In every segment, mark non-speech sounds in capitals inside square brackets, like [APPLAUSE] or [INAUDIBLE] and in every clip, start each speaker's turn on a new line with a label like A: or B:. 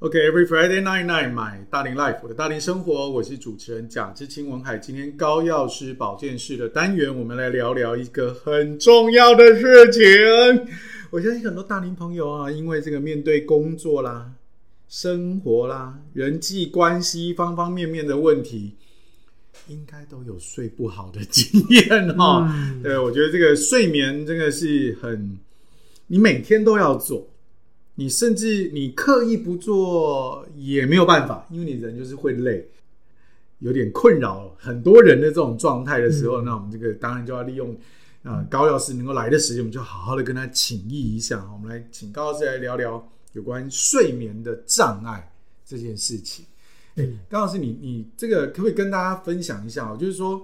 A: OK，Every、Friday night night 买大龄 life 我的大龄生活，我是主持人贾志清文海。今天高药师保健室的单元，我们来聊聊一个很重要的事情。我相信很多大龄朋友啊，因为这个面对工作啦、生活啦、人际关系方方面面的问题，应该都有睡不好的经验哦。
B: 嗯
A: 对，我觉得这个睡眠真的是很，你每天都要做，你甚至你刻意不做也没有办法，因为你人就是会累，有点困扰很多人的这种状态的时候，那我们这个当然就要利用。啊、高药师能够来的时间，我们就好好的跟他请益一下。我们来请高药师来聊聊有关睡眠的障碍这件事情。哎、高老师，你你这个可不可以跟大家分享一下哦？就是说，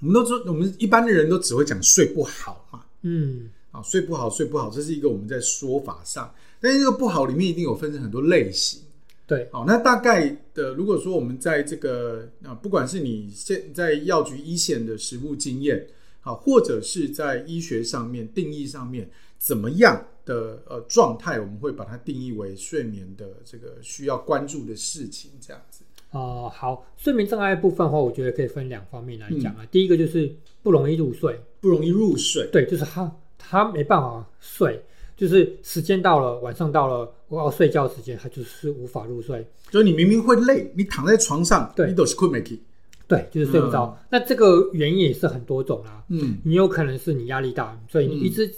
A: 我们都说，我们一般的人都只会讲睡不好嘛，
B: 嗯
A: 啊，睡不好，睡不好，这是一个我们在说法上，但是这个不好里面一定有分成很多类型。
B: 对，
A: 好，那大概的，如果说我们在这个啊，不管是你现在药局一线的实务经验，好，或者是在医学上面定义上面，怎么样的呃状态，我们会把它定义为睡眠的这个需要关注的事情，这样子。
B: 哦，好，睡眠障碍部分的话，我觉得可以分两方面来讲啊。第一个就是不容易入睡，
A: 不容易入睡，
B: 对，就是他他没办法睡，就是时间到了，晚上到了，我要睡觉时间，他就是无法入睡，
A: 就是你明明会累，你躺在床上，
B: 对
A: 你都是困没起。
B: 对，就是睡不着。那这个原因也是很多种啦、
A: 嗯
B: 你有可能是你压力大，所以你一直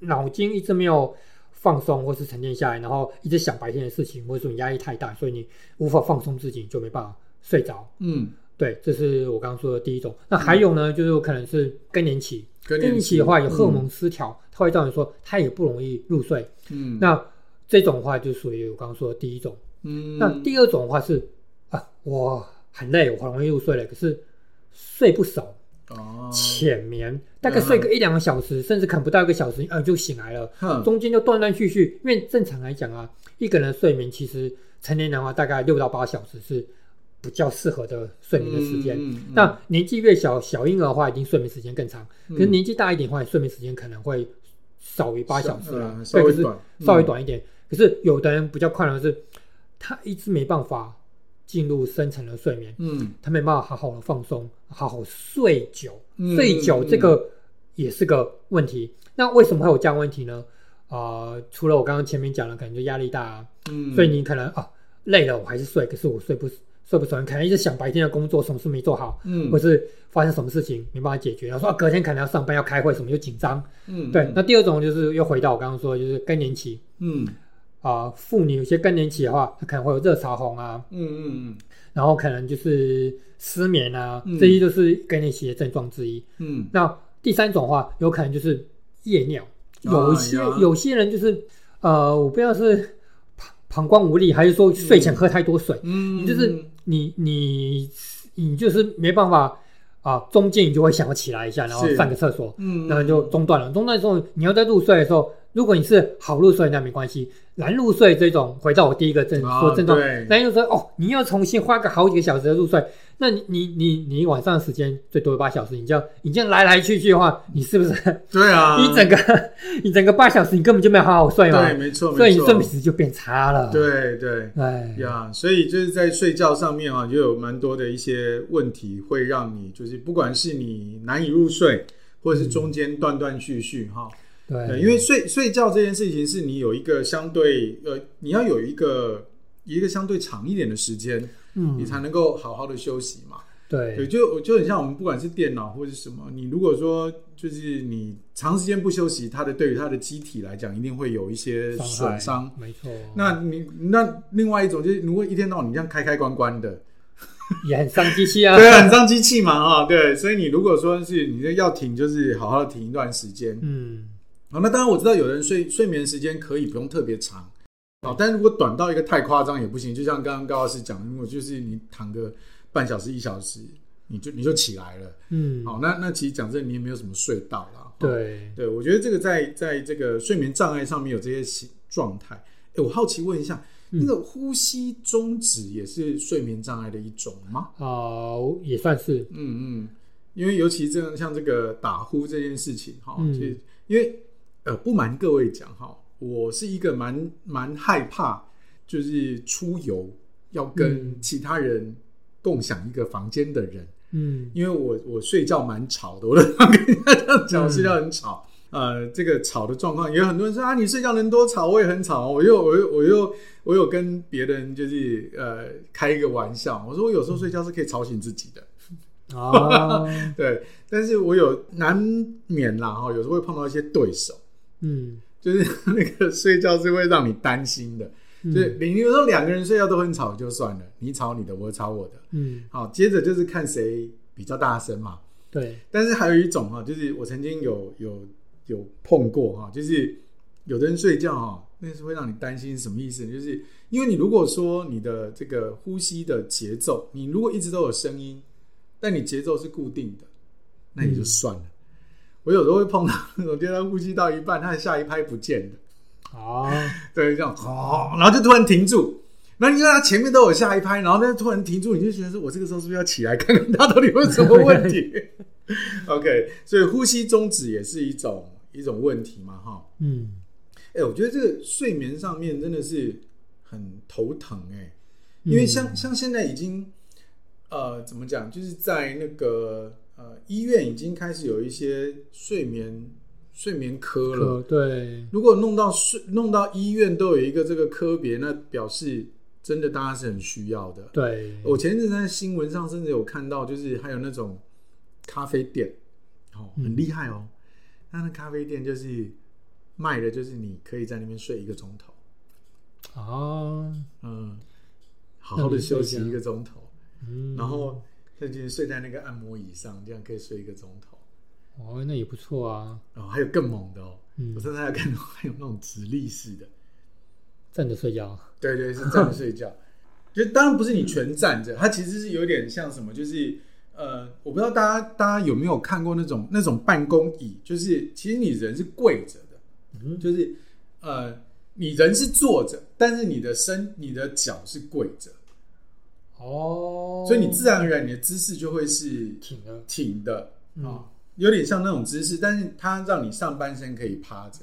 B: 脑筋一直没有放松或是沉淀下来，然后一直想白天的事情，或者说你压力太大，所以你无法放松自己，就没办法睡着。
A: 嗯，
B: 对，这是我刚刚说的第一种。那还有呢，就是有可能是更年期，
A: 更
B: 更年期的话有荷尔
A: 嗯
B: 蒙失调，它会造成说他也不容易入睡。
A: 嗯，
B: 那这种的话就属于我刚刚说的第一种。
A: 嗯
B: 那第二种的话是啊，我很累，我很容易入睡了，可是睡不熟，
A: 哦，嗯
B: 浅眠，大概睡个一两个小时，甚至可能不到一个小时，呃，就醒来了。
A: 哼
B: 中间就断断续续，因为正常来讲啊，一个人的睡眠其实成年人的话大概六到八小时是比较适合的睡眠的时间。
A: 嗯嗯嗯
B: 那年纪越小，小婴儿的话，已经睡眠时间更长。
A: 嗯
B: 可是年纪大一点的话，睡眠时间可能会少于八小时了，
A: 稍嗯稍
B: 对，可
A: 微
B: 是
A: 短嗯
B: 稍微短一点。可是有的人比较快乐的是，他一直没办法进入深层的睡眠，
A: 嗯
B: 他没办法好好的放松，好好睡久。
A: 嗯
B: 睡久这个也是个问题。那为什么会有这样的问题呢？呃，除了我刚刚前面讲的，可能就压力大、啊，
A: 嗯，
B: 所以你可能啊累了，我还是睡，可是我睡不睡不熟，你可能一直想白天的工作什么事没做好，
A: 嗯
B: 或是发生什么事情没办法解决，然后说、啊、隔天可能要上班要开会什么又紧张。
A: 嗯
B: 对，那第二种就是又回到我刚刚说的，就是更年期
A: 嗯
B: 啊、妇女有些更年期的话，她可能会有热潮红啊，
A: 嗯嗯
B: 然后可能就是失眠啊，
A: 嗯
B: 这些都是更年期的症状之一。
A: 嗯
B: 那第三种的话，有可能就是夜尿，
A: 啊
B: 有一些、
A: 呀
B: 有些人就是呃，我不知道是膀膀胱无力，还是说睡前喝太多水，
A: 嗯，
B: 你就是你你你就是没办法啊、中间你就会想要起来一下，然后
A: 是
B: 上个厕所，
A: 嗯，
B: 然后就中断了。中断之后，你要在入睡的时候，如果你是好入睡，那没关系；难入睡这种，回到我第一个症
A: 啊
B: 说症状
A: 对，
B: 难入睡哦，你要重新花个好几个小时的入睡，那你你你你晚上的时间最多八小时，你这样你这样来来去去的话，你是不是
A: 对
B: [LAUGHS]
A: 啊，
B: 你整个你整个八小时你根本就没有好好睡嘛
A: 对，？没错，
B: 所以
A: 没
B: 你
A: 错
B: 睡眠时就变差了。，
A: 对对。
B: 哎，
A: 呀所以就是在睡觉上面啊，就有蛮多的一些问题，会让你就是不管是你难以入睡，或者是中间断断续续哈、对，
B: 对，
A: 因为睡睡觉这件事情是你有一个相对呃，你要有一个一个相对长一点的时间，你
B: 嗯，
A: 才能够好好的休息嘛。对，
B: 对，
A: 就就很像我们不管是电脑或是什么，你如果说就是你长时间不休息，它的对于它的机体来讲，一定会有一些
B: 伤害
A: 损伤。
B: 没错，
A: 那你那另外一种就是，如果一天到晚你这样开开关关的，
B: 也很伤机器啊。
A: 对，很伤机器嘛，哈，对，所以你如果说是你这要停，就是好好的停一段时间，
B: [LAUGHS] 嗯，
A: 好，那当然我知道有人睡睡眠时间可以不用特别长，哦，但如果短到一个太夸张也不行。就像刚刚高老师讲，如果就是你躺个半小时一小时，你就你就起来了，
B: 嗯，
A: 好、那那其实讲真的，你也没有什么睡到啦。哦
B: 对，
A: 对，我觉得这个在在这个睡眠障碍上面有这些形状态。哎，我好奇问一下，
B: 嗯
A: 那个呼吸终止也是睡眠障碍的一种吗？
B: 啊，也算是，
A: 嗯嗯，因为尤其这样像这个打呼这件事情哈，
B: 嗯
A: 其实因为呃不瞒各位讲哈，我是一个蛮蛮害怕就是出游要跟其他人共享一个房间的人，
B: 嗯
A: 因为我我睡觉蛮吵的，我都常跟人家这样讲，我睡觉很吵。呃，这个吵的状况，也有很多人说啊，你睡觉能多吵？我也很吵。我又我又我又我有跟别人就是呃开一个玩笑，我说我有时候睡觉是可以吵醒自己的。 [LAUGHS]
B: 啊，
A: 对，但是我有难免啦哈，有时候会碰到一些对手，
B: 嗯，
A: 就是那个睡觉是会让你担心的。就是
B: 嗯
A: 你你有时候两个人睡觉都很吵就算了，你吵你的，我吵我的。
B: 嗯，
A: 好，接着就是看谁比较大声嘛。
B: 对，
A: 但是还有一种哈，就是我曾经有有有碰过哈，就是有的人睡觉哈，那是会让你担心，什么意思呢？就是因为你如果说你的这个呼吸的节奏，你如果一直都有声音，但你节奏是固定的，那也就算了。我有时候会碰到那种，就是他呼吸到一半，他的下一拍不见了，
B: 啊，
A: 对，这样哦，然后就突然停住。然后因为他前面都有下一拍，然后他突然停住，你就觉得说，我这个时候是不是要起来看看他到底有什么问 [LAUGHS] 题？OK，所以呼吸终止也是一种一种问题嘛，哈。
B: 嗯，
A: 哎，我觉得这个睡眠上面真的是很头疼哎、因为像、
B: 嗯
A: 像现在已经呃怎么讲，就是在那个呃医院已经开始有一些睡眠睡眠科了，
B: 可对，
A: 如果弄到睡弄到医院都有一个这个科别，那表示真的大家是很需要的。
B: 对，
A: 我前一阵子在新闻上甚至有看到，就是还有那种咖啡店，哦，
B: 嗯
A: 很厉害哦。那那咖啡店就是卖的，就是你可以在那边睡一个钟头，
B: 啊，
A: 嗯，好好的休息一个钟头，
B: 嗯，
A: 然后甚至睡在那个按摩椅上，这样可以睡一个钟头。
B: 哦，那也不错啊，
A: 然后还有更猛的哦，
B: 嗯
A: 我，甚至还有看到还有那种直立式的，
B: 站着睡觉，
A: 对对，是站着睡
B: [LAUGHS]
A: 觉。就当然不是你全站着，它其实是有点像什么，就是呃，我不知道大家大家有没有看过那种那种办公椅，就是其实你人是跪着的，
B: 嗯，
A: 就是呃，你人是坐着，但是你的身你的脚是跪着，
B: 哦，
A: 所以你自然而然你的姿势就会是
B: 挺了，
A: 挺的啊、
B: 嗯
A: 有点像那种姿势，但是它让你上半身可以趴着，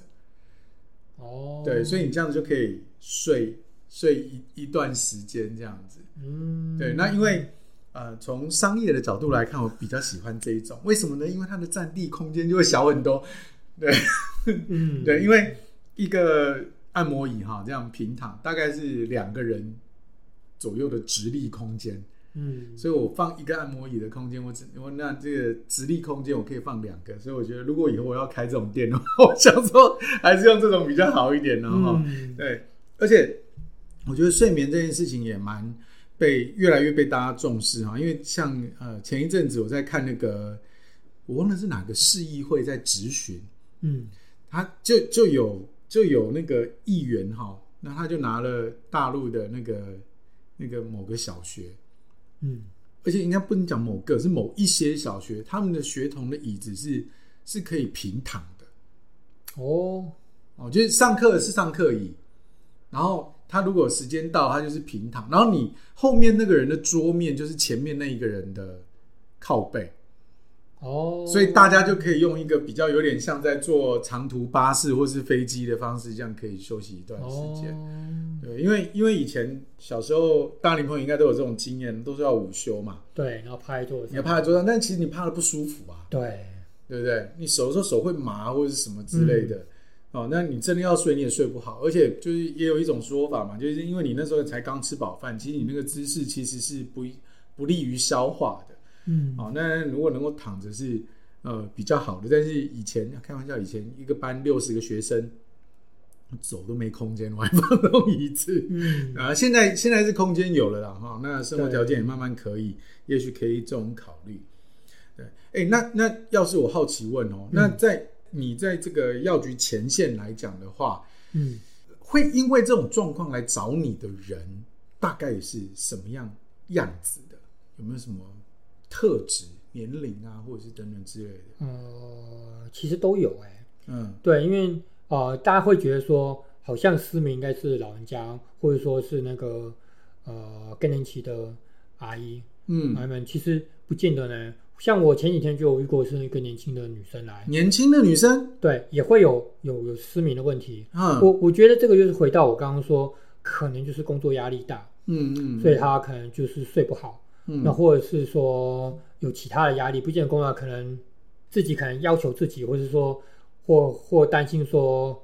B: 哦，
A: 对，所
B: 以，
A: 以你这样就可以睡睡一一段时间这样子。
B: 嗯，
A: 对，那因为呃，从商业的角度来看，我比较喜欢这一种，为什么呢？因为它的占地空间就会小很多。
B: 嗯，
A: 对，因为一个按摩椅哈，这样平躺大概是两个人左右的直立空间，
B: 嗯，
A: 所以我放一个按摩椅的空间，我只我那这个直立空间我可以放两个，所以我觉得如果以后我要开这种店的话，我想说还是用这种比较好一点的哈。
B: 嗯，
A: 对，而且我觉得睡眠这件事情也蛮被越来越被大家重视啊哈，因为像呃前一阵子我在看那个，我忘了是哪个市议会在质询，
B: 嗯，
A: 他就就有就有那个议员哈，那他就拿了大陆的那个那个某个小学，
B: 嗯，
A: 而且应该不能讲某个，是某一些小学，他们的学童的椅子是是可以平躺的。
B: 哦，
A: 哦，就是上课是上课椅，然后他如果时间到，他就是平躺，然后你后面那个人的桌面就是前面那一个人的靠背，
B: 哦，
A: 所以大家就可以用一个比较有点像在坐长途巴士或是飞机的方式，这样可以休息一段时间。
B: 哦，
A: 对，因为因为以前小时候，大龄朋友应该都有这种经验，都是要午休嘛，
B: 对，然后拍桌
A: 你要
B: 子，
A: 趴在桌上，但其实你趴的不舒服啊，
B: 对，
A: 对不对？你手的时候手会麻或者是什么之类的，哦，那你真的要睡你也睡不好，而且就是也有一种说法嘛，就是因为你那时候才刚吃饱饭，其实你那个姿势其实是不不利于消化的，
B: 嗯，
A: 哦，那如果能够躺着是呃比较好的，但是以前开玩笑，以前一个班六十个学生，走都没空间，我还放那种椅子。
B: 嗯，
A: 啊，现在现在是空间有了啦，哈、那生活
B: 对
A: 条件也慢慢可以，也许可以这种考虑。对，哎、那那要是我好奇问哦，
B: 嗯
A: 那在你在这个药局前线来讲的话，
B: 嗯，
A: 会因为这种状况来找你的人，大概是什么样样子的？有没有什么特质、年龄啊，或者是等等之类的？
B: 呃，其实都有哎、
A: 嗯
B: 对，因为呃，大家会觉得说，好像失明应该是老人家，或者说是那个呃更年期的阿姨、阿
A: 嗯，
B: 姨们，其实不见得呢。像我前几天就有遇过是一个年轻的女生来，
A: 年轻的女生，
B: 对，也会有有有失明的问题。
A: 嗯
B: 我我觉得这个就是回到我刚刚说，可能就是工作压力大，
A: 嗯嗯，
B: 所以他可能就是睡不好，
A: 嗯
B: 那或者是说有其他的压力，不见得工作可能自己可能要求自己，或者是说或或担心说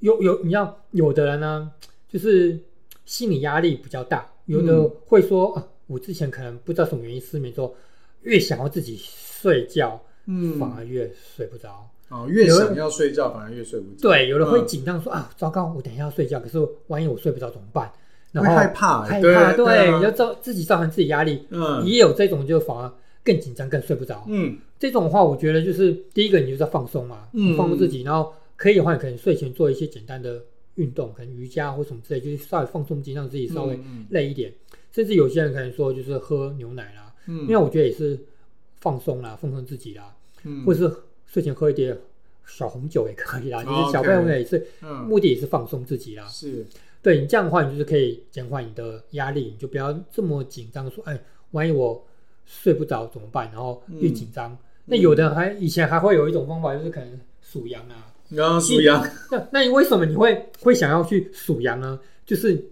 B: 有有你要有的人呢，就是心理压力比较大，有的
A: 嗯
B: 会说、啊，我之前可能不知道什么原因失眠之后，越想要自己睡觉，
A: 嗯
B: 反而越睡不着。
A: 哦，越
B: 有
A: 想要睡觉反而越睡不着，
B: 对，有人会
A: 嗯
B: 紧张说、啊，糟糕，我等一下要睡觉，可是万一我睡不着怎么办？然
A: 会
B: 后
A: 害怕欸，
B: 害怕，
A: 对
B: 对，你就
A: 啊
B: 造自己造成自己压力，
A: 嗯
B: 也有这种就反而更紧张、更睡不着。
A: 嗯
B: 这种的话，我觉得就是第一个，你就是要放松嘛，
A: 嗯
B: 放松自己，然后可以的话，你可能睡前做一些简单的运动，可能瑜伽或什么之类，就是稍微放松自己，让自己稍微
A: 嗯
B: 累一点。甚至有些人可能说，就是喝牛奶啦，
A: 嗯，
B: 因为我觉得也是放松啦，放松自己啦，
A: 嗯
B: 或者是睡前喝一点小红酒也可以啦，
A: 哦
B: 就是小
A: OK
B: 朋友也是。
A: 嗯
B: 目的也是放松自己啦。
A: 是
B: 对你这样的话，你就是可以减缓你的压力，你就不要这么紧张，说哎，万一我睡不着怎么办？然后越紧张，
A: 嗯
B: 那有的人还以前还会有一种方法，就是可能数羊啊。
A: 然后属羊，
B: 那那你为什么你会会想要去数羊呢？就是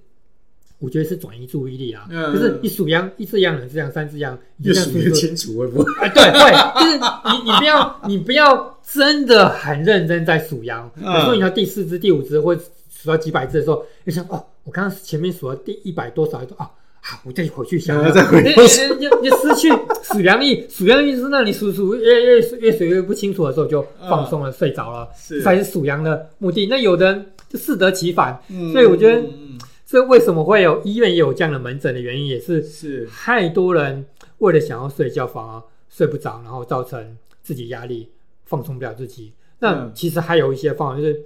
B: 我觉得是转移注意力啊，
A: 嗯
B: 就是你数羊，一只羊、两只羊、三只羊，你
A: 越
B: 就这样
A: 数
B: 数
A: 越
B: 数
A: 清楚，会不会？
B: 啊，对对，就是你你不要你不要真的很认真在数羊，比如说你到第四只、第五只或数到几百只的时候，你想哦，我刚刚前面数到第一百多少，说啊。好，我再回去想
A: 然
B: 想，
A: 后再回
B: 你你你你失去数羊意，数羊意是让你数数越越越数越不清楚的时候就放松了，睡着了，
A: 是
B: 才是数羊的目的。那有的人就适得其反，
A: 嗯
B: 所以我觉得
A: 嗯嗯
B: 这为什么会有医院也有这样的门诊的原因，也是
A: 嗯是
B: 太多人为了想要睡觉，反而睡不着，然后造成自己压力，放松不了自己。那
A: 嗯
B: 其实还有一些方法，就是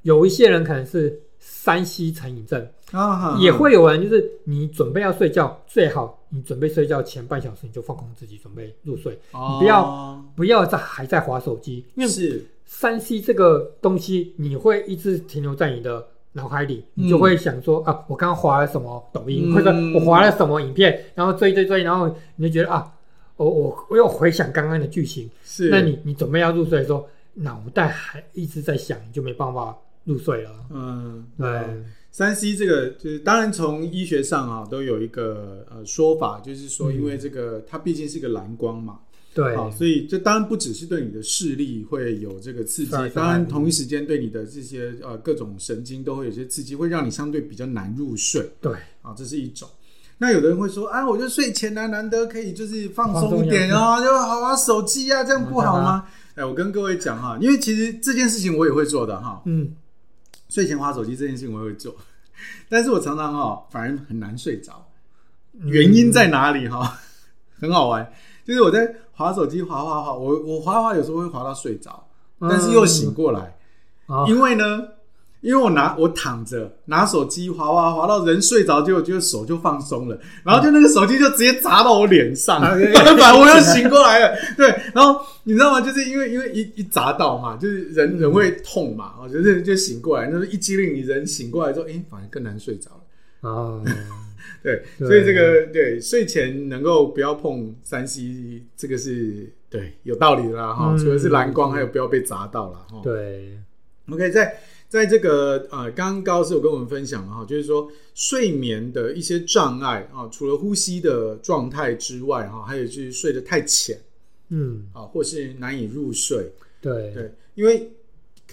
B: 有一些人可能是三 C 成瘾症，
A: 啊哈
B: 也会有人就是你准备要睡觉，最好你准备睡觉前半小时你就放空自己，准备入睡，
A: 哦
B: 不要不要再还在划手机，因为
A: 是
B: 三 C 这个东西你会一直停留在你的。脑海里，
A: 嗯
B: 你就会想说、啊，我刚刚滑了什么抖音，
A: 嗯
B: 或者我滑了什么影片，然后追追追，然后你就觉得啊，我我我又回想刚刚的剧情，
A: 是，
B: 那你你准备要入睡的时候，脑袋还一直在想，你就没办法入睡了。
A: 嗯
B: 对，
A: 三 C 这个就是，当然从医学上啊都有一个呃说法，就是说，
B: 嗯
A: 因为这个它毕竟是个蓝光嘛，
B: 对，
A: 好，所以这当然不只是对你的视力会有这个刺激
B: 是啊是啊，
A: 当然同一时间对你的这些呃各种神经都会有些刺激，会让你相对比较难入睡
B: 对，
A: 啊，这是一种。那有的人会说啊，我就睡前呢、难得可以就是放
B: 放松
A: 松
B: 一
A: 一点
B: 下
A: 啊，就好啊，手机啊，这样不好
B: 嗯当
A: 吗？哎，我跟各位讲哈，因为其实这件事情我也会做的哈，
B: 嗯，
A: 睡前划手机这件事情我也会做， [LAUGHS] 但是我常常哈、反而很难睡着，
B: 嗯
A: 原因在哪里哈、 [LAUGHS] 很好玩，就是我在划手机划划划，我我划划有时候会划到睡着，
B: 嗯
A: 但是又醒过来，
B: 啊，
A: 因为呢，因为我拿我躺着拿手机划划划到人睡着，结果就手就放松了，然后就那个手机就直接砸到我脸上， [LAUGHS]
B: 啊对
A: 反正我又醒过来了。对，然后你知道吗？就是因为因为一一砸到嘛，就是人
B: 嗯
A: 人会痛嘛，我就是就醒过来，那一激灵你人醒过来之后，哎、反而更难睡着了。
B: 啊，
A: 对，
B: 对
A: 所以这个对睡前能够不要碰三 C，这个是对有道理的啦哈。
B: 嗯
A: 除了是蓝光，还有不要被砸到啦。哈。
B: 对，
A: OK，在在这个呃，刚刚高师有跟我们分享了哈，就是说睡眠的一些障碍啊，除了呼吸的状态之外哈，还有就是睡得太浅
B: 嗯，
A: 啊，或是难以入睡。
B: 对，
A: 对，因为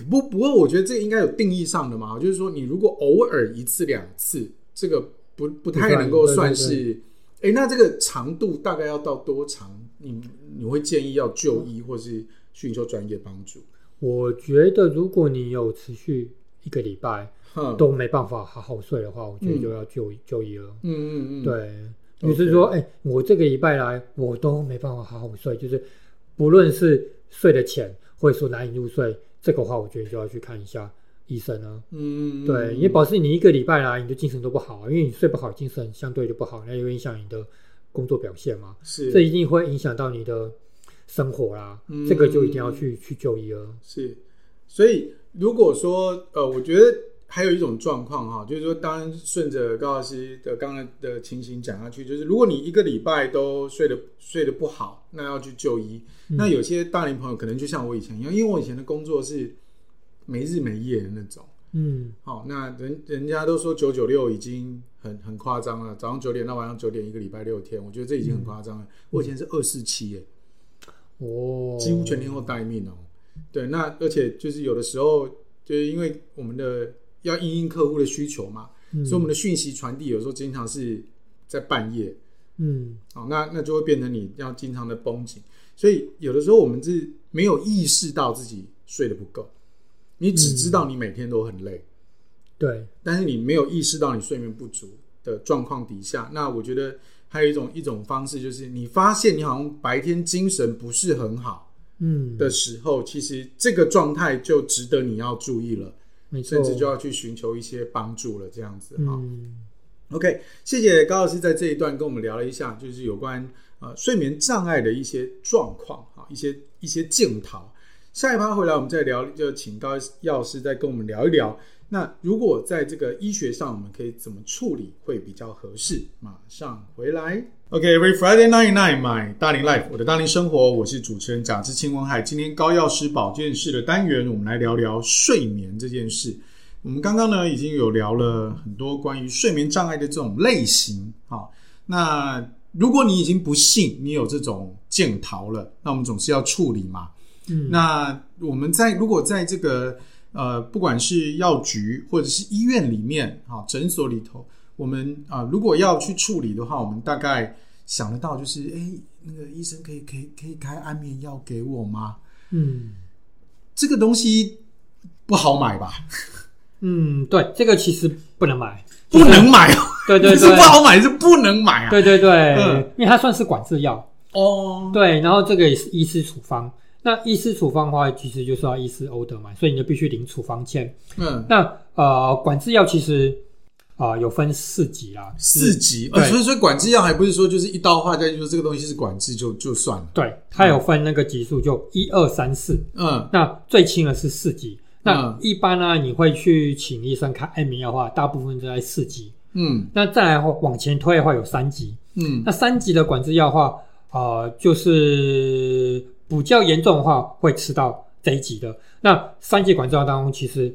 A: 不不过我觉得这应该有定义上的嘛，就是说你如果偶尔一次两次，这个不不太能够
B: 不
A: 算
B: 算
A: 是。哎，那这个长度大概要到多长？你你会建议要就医或是寻求专业帮助？
B: 我觉得如果你有持续一个礼拜
A: 哼，
B: 都没办法好好睡的话，我觉得
A: 嗯
B: 就要就医就医了。
A: 嗯嗯嗯，
B: 对，就是说，哎、我这个礼拜来我都没办法好好睡，就是不论是睡得浅，或者说难以入睡，这个话我觉得就要去看一下医生啊。
A: 嗯，嗯，
B: 对，
A: 嗯
B: 因为保持你一个礼拜来你的精神都不好啊，因为你睡不好，精神相对就不好，那也会影响你的工作表现嘛，
A: 是
B: 这一定会影响到你的生活啦。
A: 嗯
B: 这个就一定要去去就医了。
A: 是，所以如果说呃，我觉得还有一种状况哈，就是说，当然顺着高老师的刚才的情形讲下去，就是如果你一个礼拜都睡得睡得不好，那要去就医。
B: 嗯
A: 那有些大龄朋友可能就像我以前一样，因为我以前的工作是没日没夜的那种，
B: 嗯，
A: 好、那人人家都说九九六已经很很夸张了，早上九点到晚上九点，一个礼拜六天，我觉得这已经很夸张了。
B: 嗯
A: 我以前是二四七耶，
B: 哦，
A: 几乎全天候待命哦。对，那而且就是有的时候，就是因为我们的要应应客户的需求嘛，
B: 嗯，
A: 所以我们的讯息传递有时候经常是在半夜，
B: 嗯
A: 哦，那那就会变成你要经常的绷紧，所以有的时候我们是没有意识到自己睡得不够，你只知道你每天都很累，
B: 对，
A: 但是你没有意识到你睡眠不足的状况底下，那我觉得还有一种一种方式就是，你发现你好像白天精神不是很好
B: 嗯
A: 的时候，其实这个状态就值得你要注意了，
B: 没错，
A: 甚至就要去寻求一些帮助了，这样子哈。
B: 嗯
A: OK，谢谢高老师在这一段跟我们聊了一下，就是有关呃睡眠障碍的一些状况啊，一些一些镜头。下一趴回来我们再聊，就请高药师再跟我们聊一聊。那如果在这个医学上，我们可以怎么处理会比较合适？马上回来。OK，Every、Friday night night my 大龄 life，我的大龄生活，我是主持人贾志清文海。今天高药师保健室的单元，我们来聊聊睡眠这件事。我们刚刚呢已经有聊了很多关于睡眠障碍的这种类型，好，那如果你已经不幸你有这种见逃了，那我们总是要处理嘛。
B: 嗯，
A: 那我们在如果在这个呃，不管是药局或者是医院里面，好诊所里头，我们啊、如果要去处理的话，我们大概想得到就是，哎，那个医生可以可以可以开安眠药给我吗？
B: 嗯
A: 这个东西不好买吧？
B: 嗯，对，这个其实不
A: [LAUGHS]
B: 能买，
A: 不能买哦。
B: [LAUGHS] 对对
A: 不是
B: 对
A: 不，好买，是不能买啊。
B: 对对对
A: 嗯，
B: 因为它算是管制药，
A: 哦，
B: 对，然后这个也是医师处方。那医师处方的话，其实就是要医师 order 嘛，所以你就必须领处方签。
A: 嗯，
B: 那呃，管制药其实啊、呃有分四级啦，
A: 四级，
B: 对
A: 呃所以所以管制药还不是说就是一刀划掉，就说这个东西是管制就就算了。
B: 对，它有分那个级数，就一二三四。
A: 嗯
B: 那最轻的是四级。那
A: 嗯
B: 一般呢，你会去请医生开安眠药的话，大部分都在四级。
A: 嗯
B: 那再来往前推的话，有三级。
A: 嗯
B: 那三级的管制药的话，呃，就是比较严重的话，会吃到这一级的。那三级管制药当中，其实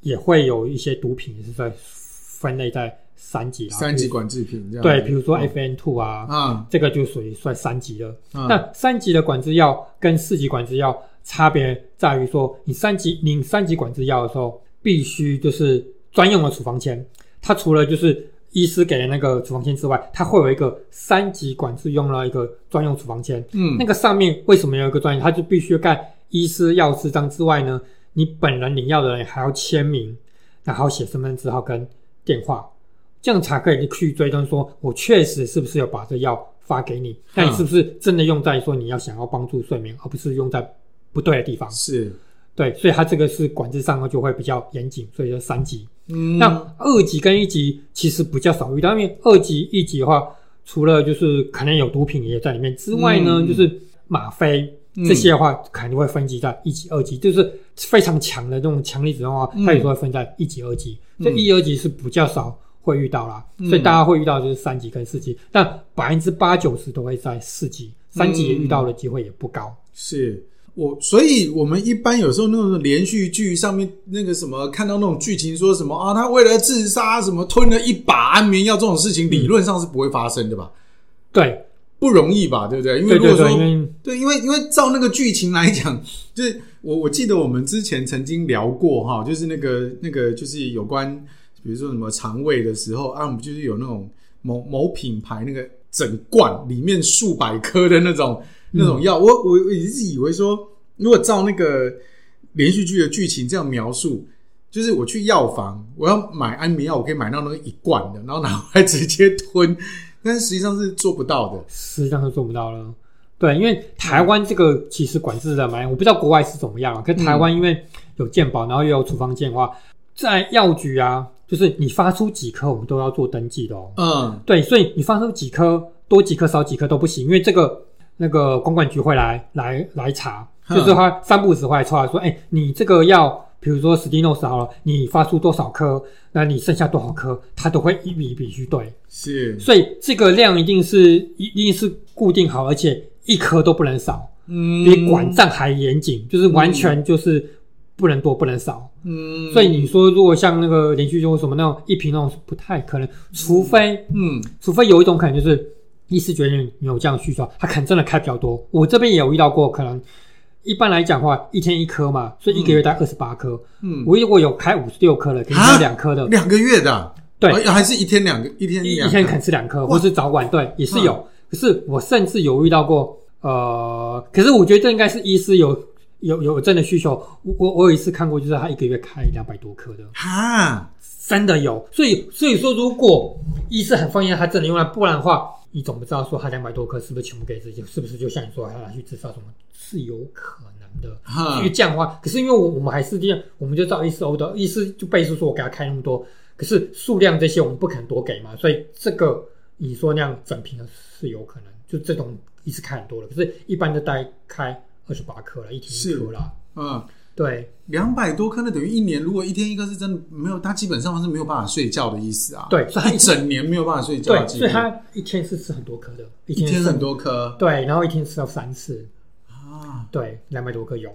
B: 也会有一些毒品也是在分类在三级啦，
A: 三级
B: 比如
A: 管制品这样子。
B: 对，比如说
A: 哦
B: FN two 啊，
A: 啊，
B: 这个就属于算三级了。
A: 那
B: 那三级的管制药跟四级管制药差别在于说，你三级领三级管制药的时候，必须就是专用的处方签，它除了就是医师给的那个处方签之外，它会有一个三级管制用了一个专用处方签。
A: 嗯
B: 那个上面为什么有一个专用？它就必须盖医师药师章之外呢，你本人领药的人还要签名，然后写身份证号跟电话，这样才可以去追踪说我确实是不是有把这药发给你，那你是不是真的用在说你要想要帮助睡眠，而不是用在不对的地方？
A: 是
B: 对，所以它这个是管制上就会比较严谨，所以就三级。
A: 嗯
B: 那二级跟一级其实比较少遇到，因为二级、一级的话，除了就是可能有毒品也在里面之外呢，
A: 嗯
B: 就是吗啡
A: 嗯
B: 这些的话，可能会分级在一级、二级，就是非常强的这种强力子的话，
A: 嗯
B: 它有时候会分在一级、二级，
A: 嗯
B: 所以一、二级是比较少会遇到啦，
A: 嗯
B: 所以大家会遇到就是三级跟四级，但百分之八九十都会在四级，三级也遇到的机会也不高。
A: 嗯是。我，所以我们一般有时候那种连续剧上面那个什么，看到那种剧情说什么啊，他为了自杀什么吞了一把安眠药这种事情，理论上是不会发生的吧？
B: 对，
A: 不容易吧，对不对？因为
B: 对
A: 如果说
B: 对对，因为
A: 对，因为因为照那个剧情来讲，就是我我记得我们之前曾经聊过哈，就是那个那个就是有关，比如说什么肠胃的时候啊，我们就是有那种某某品牌那个整罐里面数百颗的那种那种药，我我我一直以为说，如果照那个连续剧的剧情这样描述。就是我去药房，我要买安眠药，我可以买到那个一罐的，然后拿回来直接吞，但实际上是做不到的。
B: 实际上是做不到了。对，因为台湾这个其实管制的蛮，我不知道国外是怎么样啊。可是台湾因为有健保，然后又有处方健的话，在药局啊，就是你发出几颗，我们都要做登记的哦。
A: 嗯
B: 对，所以你发出几颗，多几颗少几颗都不行，因为这个那个公管局会来来来查，
A: 哼
B: 就是他三不五时会来查说，哎，你这个药，比如说 Stinos 好了，你发出多少颗，那你剩下多少颗，他都会一笔一笔去对。
A: 是，
B: 所以这个量一定是一一定是固定好，而且一颗都不能少，
A: 嗯
B: 比管账还严谨，就是完全就是不能多，不能少。
A: 嗯，
B: 所以你说，如果像那个连续剧或什么那种一瓶那种是不太可能，除非
A: 嗯
B: 除非有一种可能就是医师觉得你有这样的需求，他可能真的开比较多。我这边也有遇到过，可能一般来讲的话，一天一颗嘛，所以一个月大概二十八颗。
A: 嗯，
B: 我如果有开五十六颗的，可以
A: 啊
B: 吃两颗的，
A: 两个月的啊，
B: 对
A: 哎还是一天两个，一天
B: 一
A: 两
B: 一
A: 个
B: 天可能吃两颗，
A: 哇
B: 或是早晚对也是有。可是我甚至有遇到过，呃，可是我觉得这应该是医师有有有真的需求。我我我有一次看过，就是他一个月开两百多颗的，
A: 哈，
B: 真的有。所以所以说，如果医师很放心，他真的用来，不然的话，你总不知道说他两百多颗是不是全部给自己，是不是就像你说他拿去自杀什么，是有可能的。
A: 哈
B: 因为，这样的话，可是因为我我们还是这样，我们就照医师 o 的，医师就倍数说我给他开那么多，可是数量这些我们不可能多给嘛，所以这个你说那样整瓶的是有可能，就这种一次开很多了，可是一般就大概开二十八颗了，一
A: 是
B: 瓶一颗啦，
A: 嗯，
B: 对
A: 两百多颗那等于一年，如果一天一颗是真的没有，他基本上是没有办法睡觉的意思啊。
B: 对所以它
A: 一整年没有办法睡觉，
B: 对，
A: 几乎
B: 所以他一天是吃很多颗的，一
A: 一
B: 天
A: 天
B: 是
A: 很多颗
B: 对，然后一天吃到三次，
A: 啊，
B: 对，两百多颗有，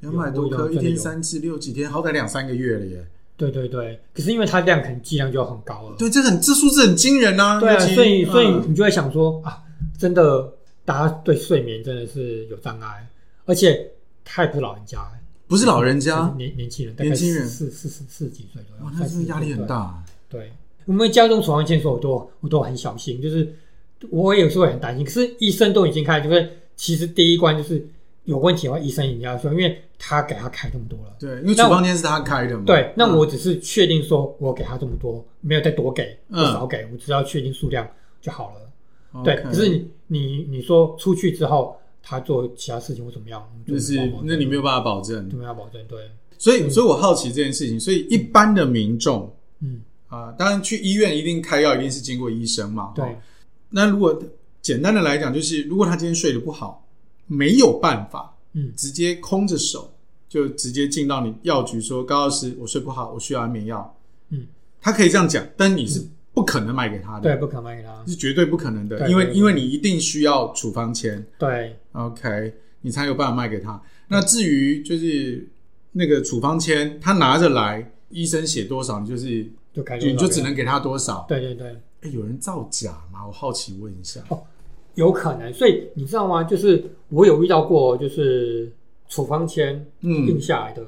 A: 两百多颗，一天三次六几天，好歹两三个月了耶。
B: 对对对，可是因为它量可能剂量就很高了，
A: 对，这很这数字很惊人啊。
B: 对啊，
A: 尤其
B: 所以所以
A: 嗯
B: 你就会想说啊，真的，大家对睡眠真的是有障碍，而且他也不是老人家，
A: 不是老人
B: 就是
A: 家，
B: 年年轻人，大概
A: 啊年轻人
B: 四四四四十几岁左右
A: 哇，，那真的压力很
B: 30多岁。
A: 大。
B: 对，我们家用处方线索我都我都很小心，就是我也有时候也很担心，可是医生都已经开，就是其实第一关就是有问题的话，医生一定要说，因为他给他开那么多了。
A: 对，因为处方间是他开的嘛。
B: 对，那
A: 嗯
B: 我只是确定说，我给他这么多，没有再多给，或
A: 嗯
B: 少给，我只要确定数量就好了。对，
A: OK
B: 可是你你你说出去之后，他做其他事情或怎么样，我
A: 就
B: 们没
A: 是
B: 有办法保证
A: 那你没有办法保证
B: 就。没有保证，对，
A: 所以，所以我好奇这件事情。所以，一般的民众
B: 嗯，
A: 啊、当然去医院一定开药，一定是经过医生嘛。
B: 对
A: 哦。那如果简单的来讲，就是如果他今天睡得不好，没有办法，
B: 嗯
A: 直接空着手就直接进到你药局说：“高老师，我睡不好，我需要安眠药。”
B: 嗯，
A: 他可以这样讲，但你是不可能卖给他
B: 对，
A: 的，
B: 不可卖给他，
A: 是绝对不可能的，
B: 对
A: 因为
B: 对对
A: 因为你一定需要处方签。
B: 对，
A: OK，你才有办法卖给他。那至于就是那个处方签，他拿着来，医生写多少，你就是
B: 就开多
A: 你
B: 少
A: 就只
B: 给
A: 能给他多少。
B: 对对对，
A: 哎，有人造假吗？我好奇问一下。
B: 有可能。所以你知道吗？就是我有遇到过，就是处方签印
A: 嗯
B: 下来的，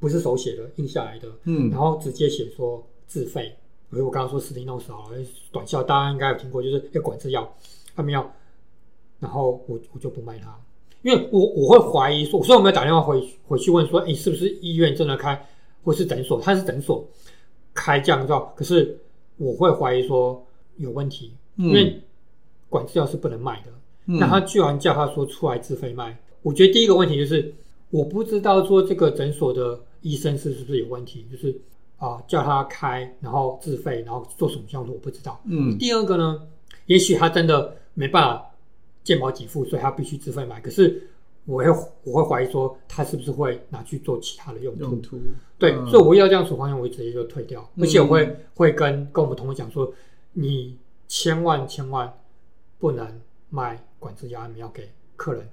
B: 不是手写的，印下来的，然
A: 嗯
B: 后直接写说自费。比如我刚刚说斯汀诺斯好了，因为短效大家应该有听过，就是要管制药，他们要，然后我我就不卖它，因为我我会怀疑说，所以我们要打电话回回去问说，哎，是不是医院真的开，或是诊所，它是诊所开降药，可是我会怀疑说有问题，因
A: 嗯
B: 为管制药是不能卖的，
A: 嗯，
B: 那他居然叫他说出来自费卖，我觉得第一个问题就是，我不知道说这个诊所的医生是是不是有问题，就是啊、叫他开，然后自费，然后做什么项目我不知道。
A: 嗯
B: 第二个呢，也许他真的没办法健保给付，所以他必须自费买。可是我会我会怀疑说他是不是会拿去做其他的用途
A: 用？途
B: 对，
A: 嗯
B: 所以我遇到这样处方药，我就直接就退掉，
A: 嗯
B: 而且我会、会跟跟我们同事讲说，你千万千万不能卖管制药安眠药给客人，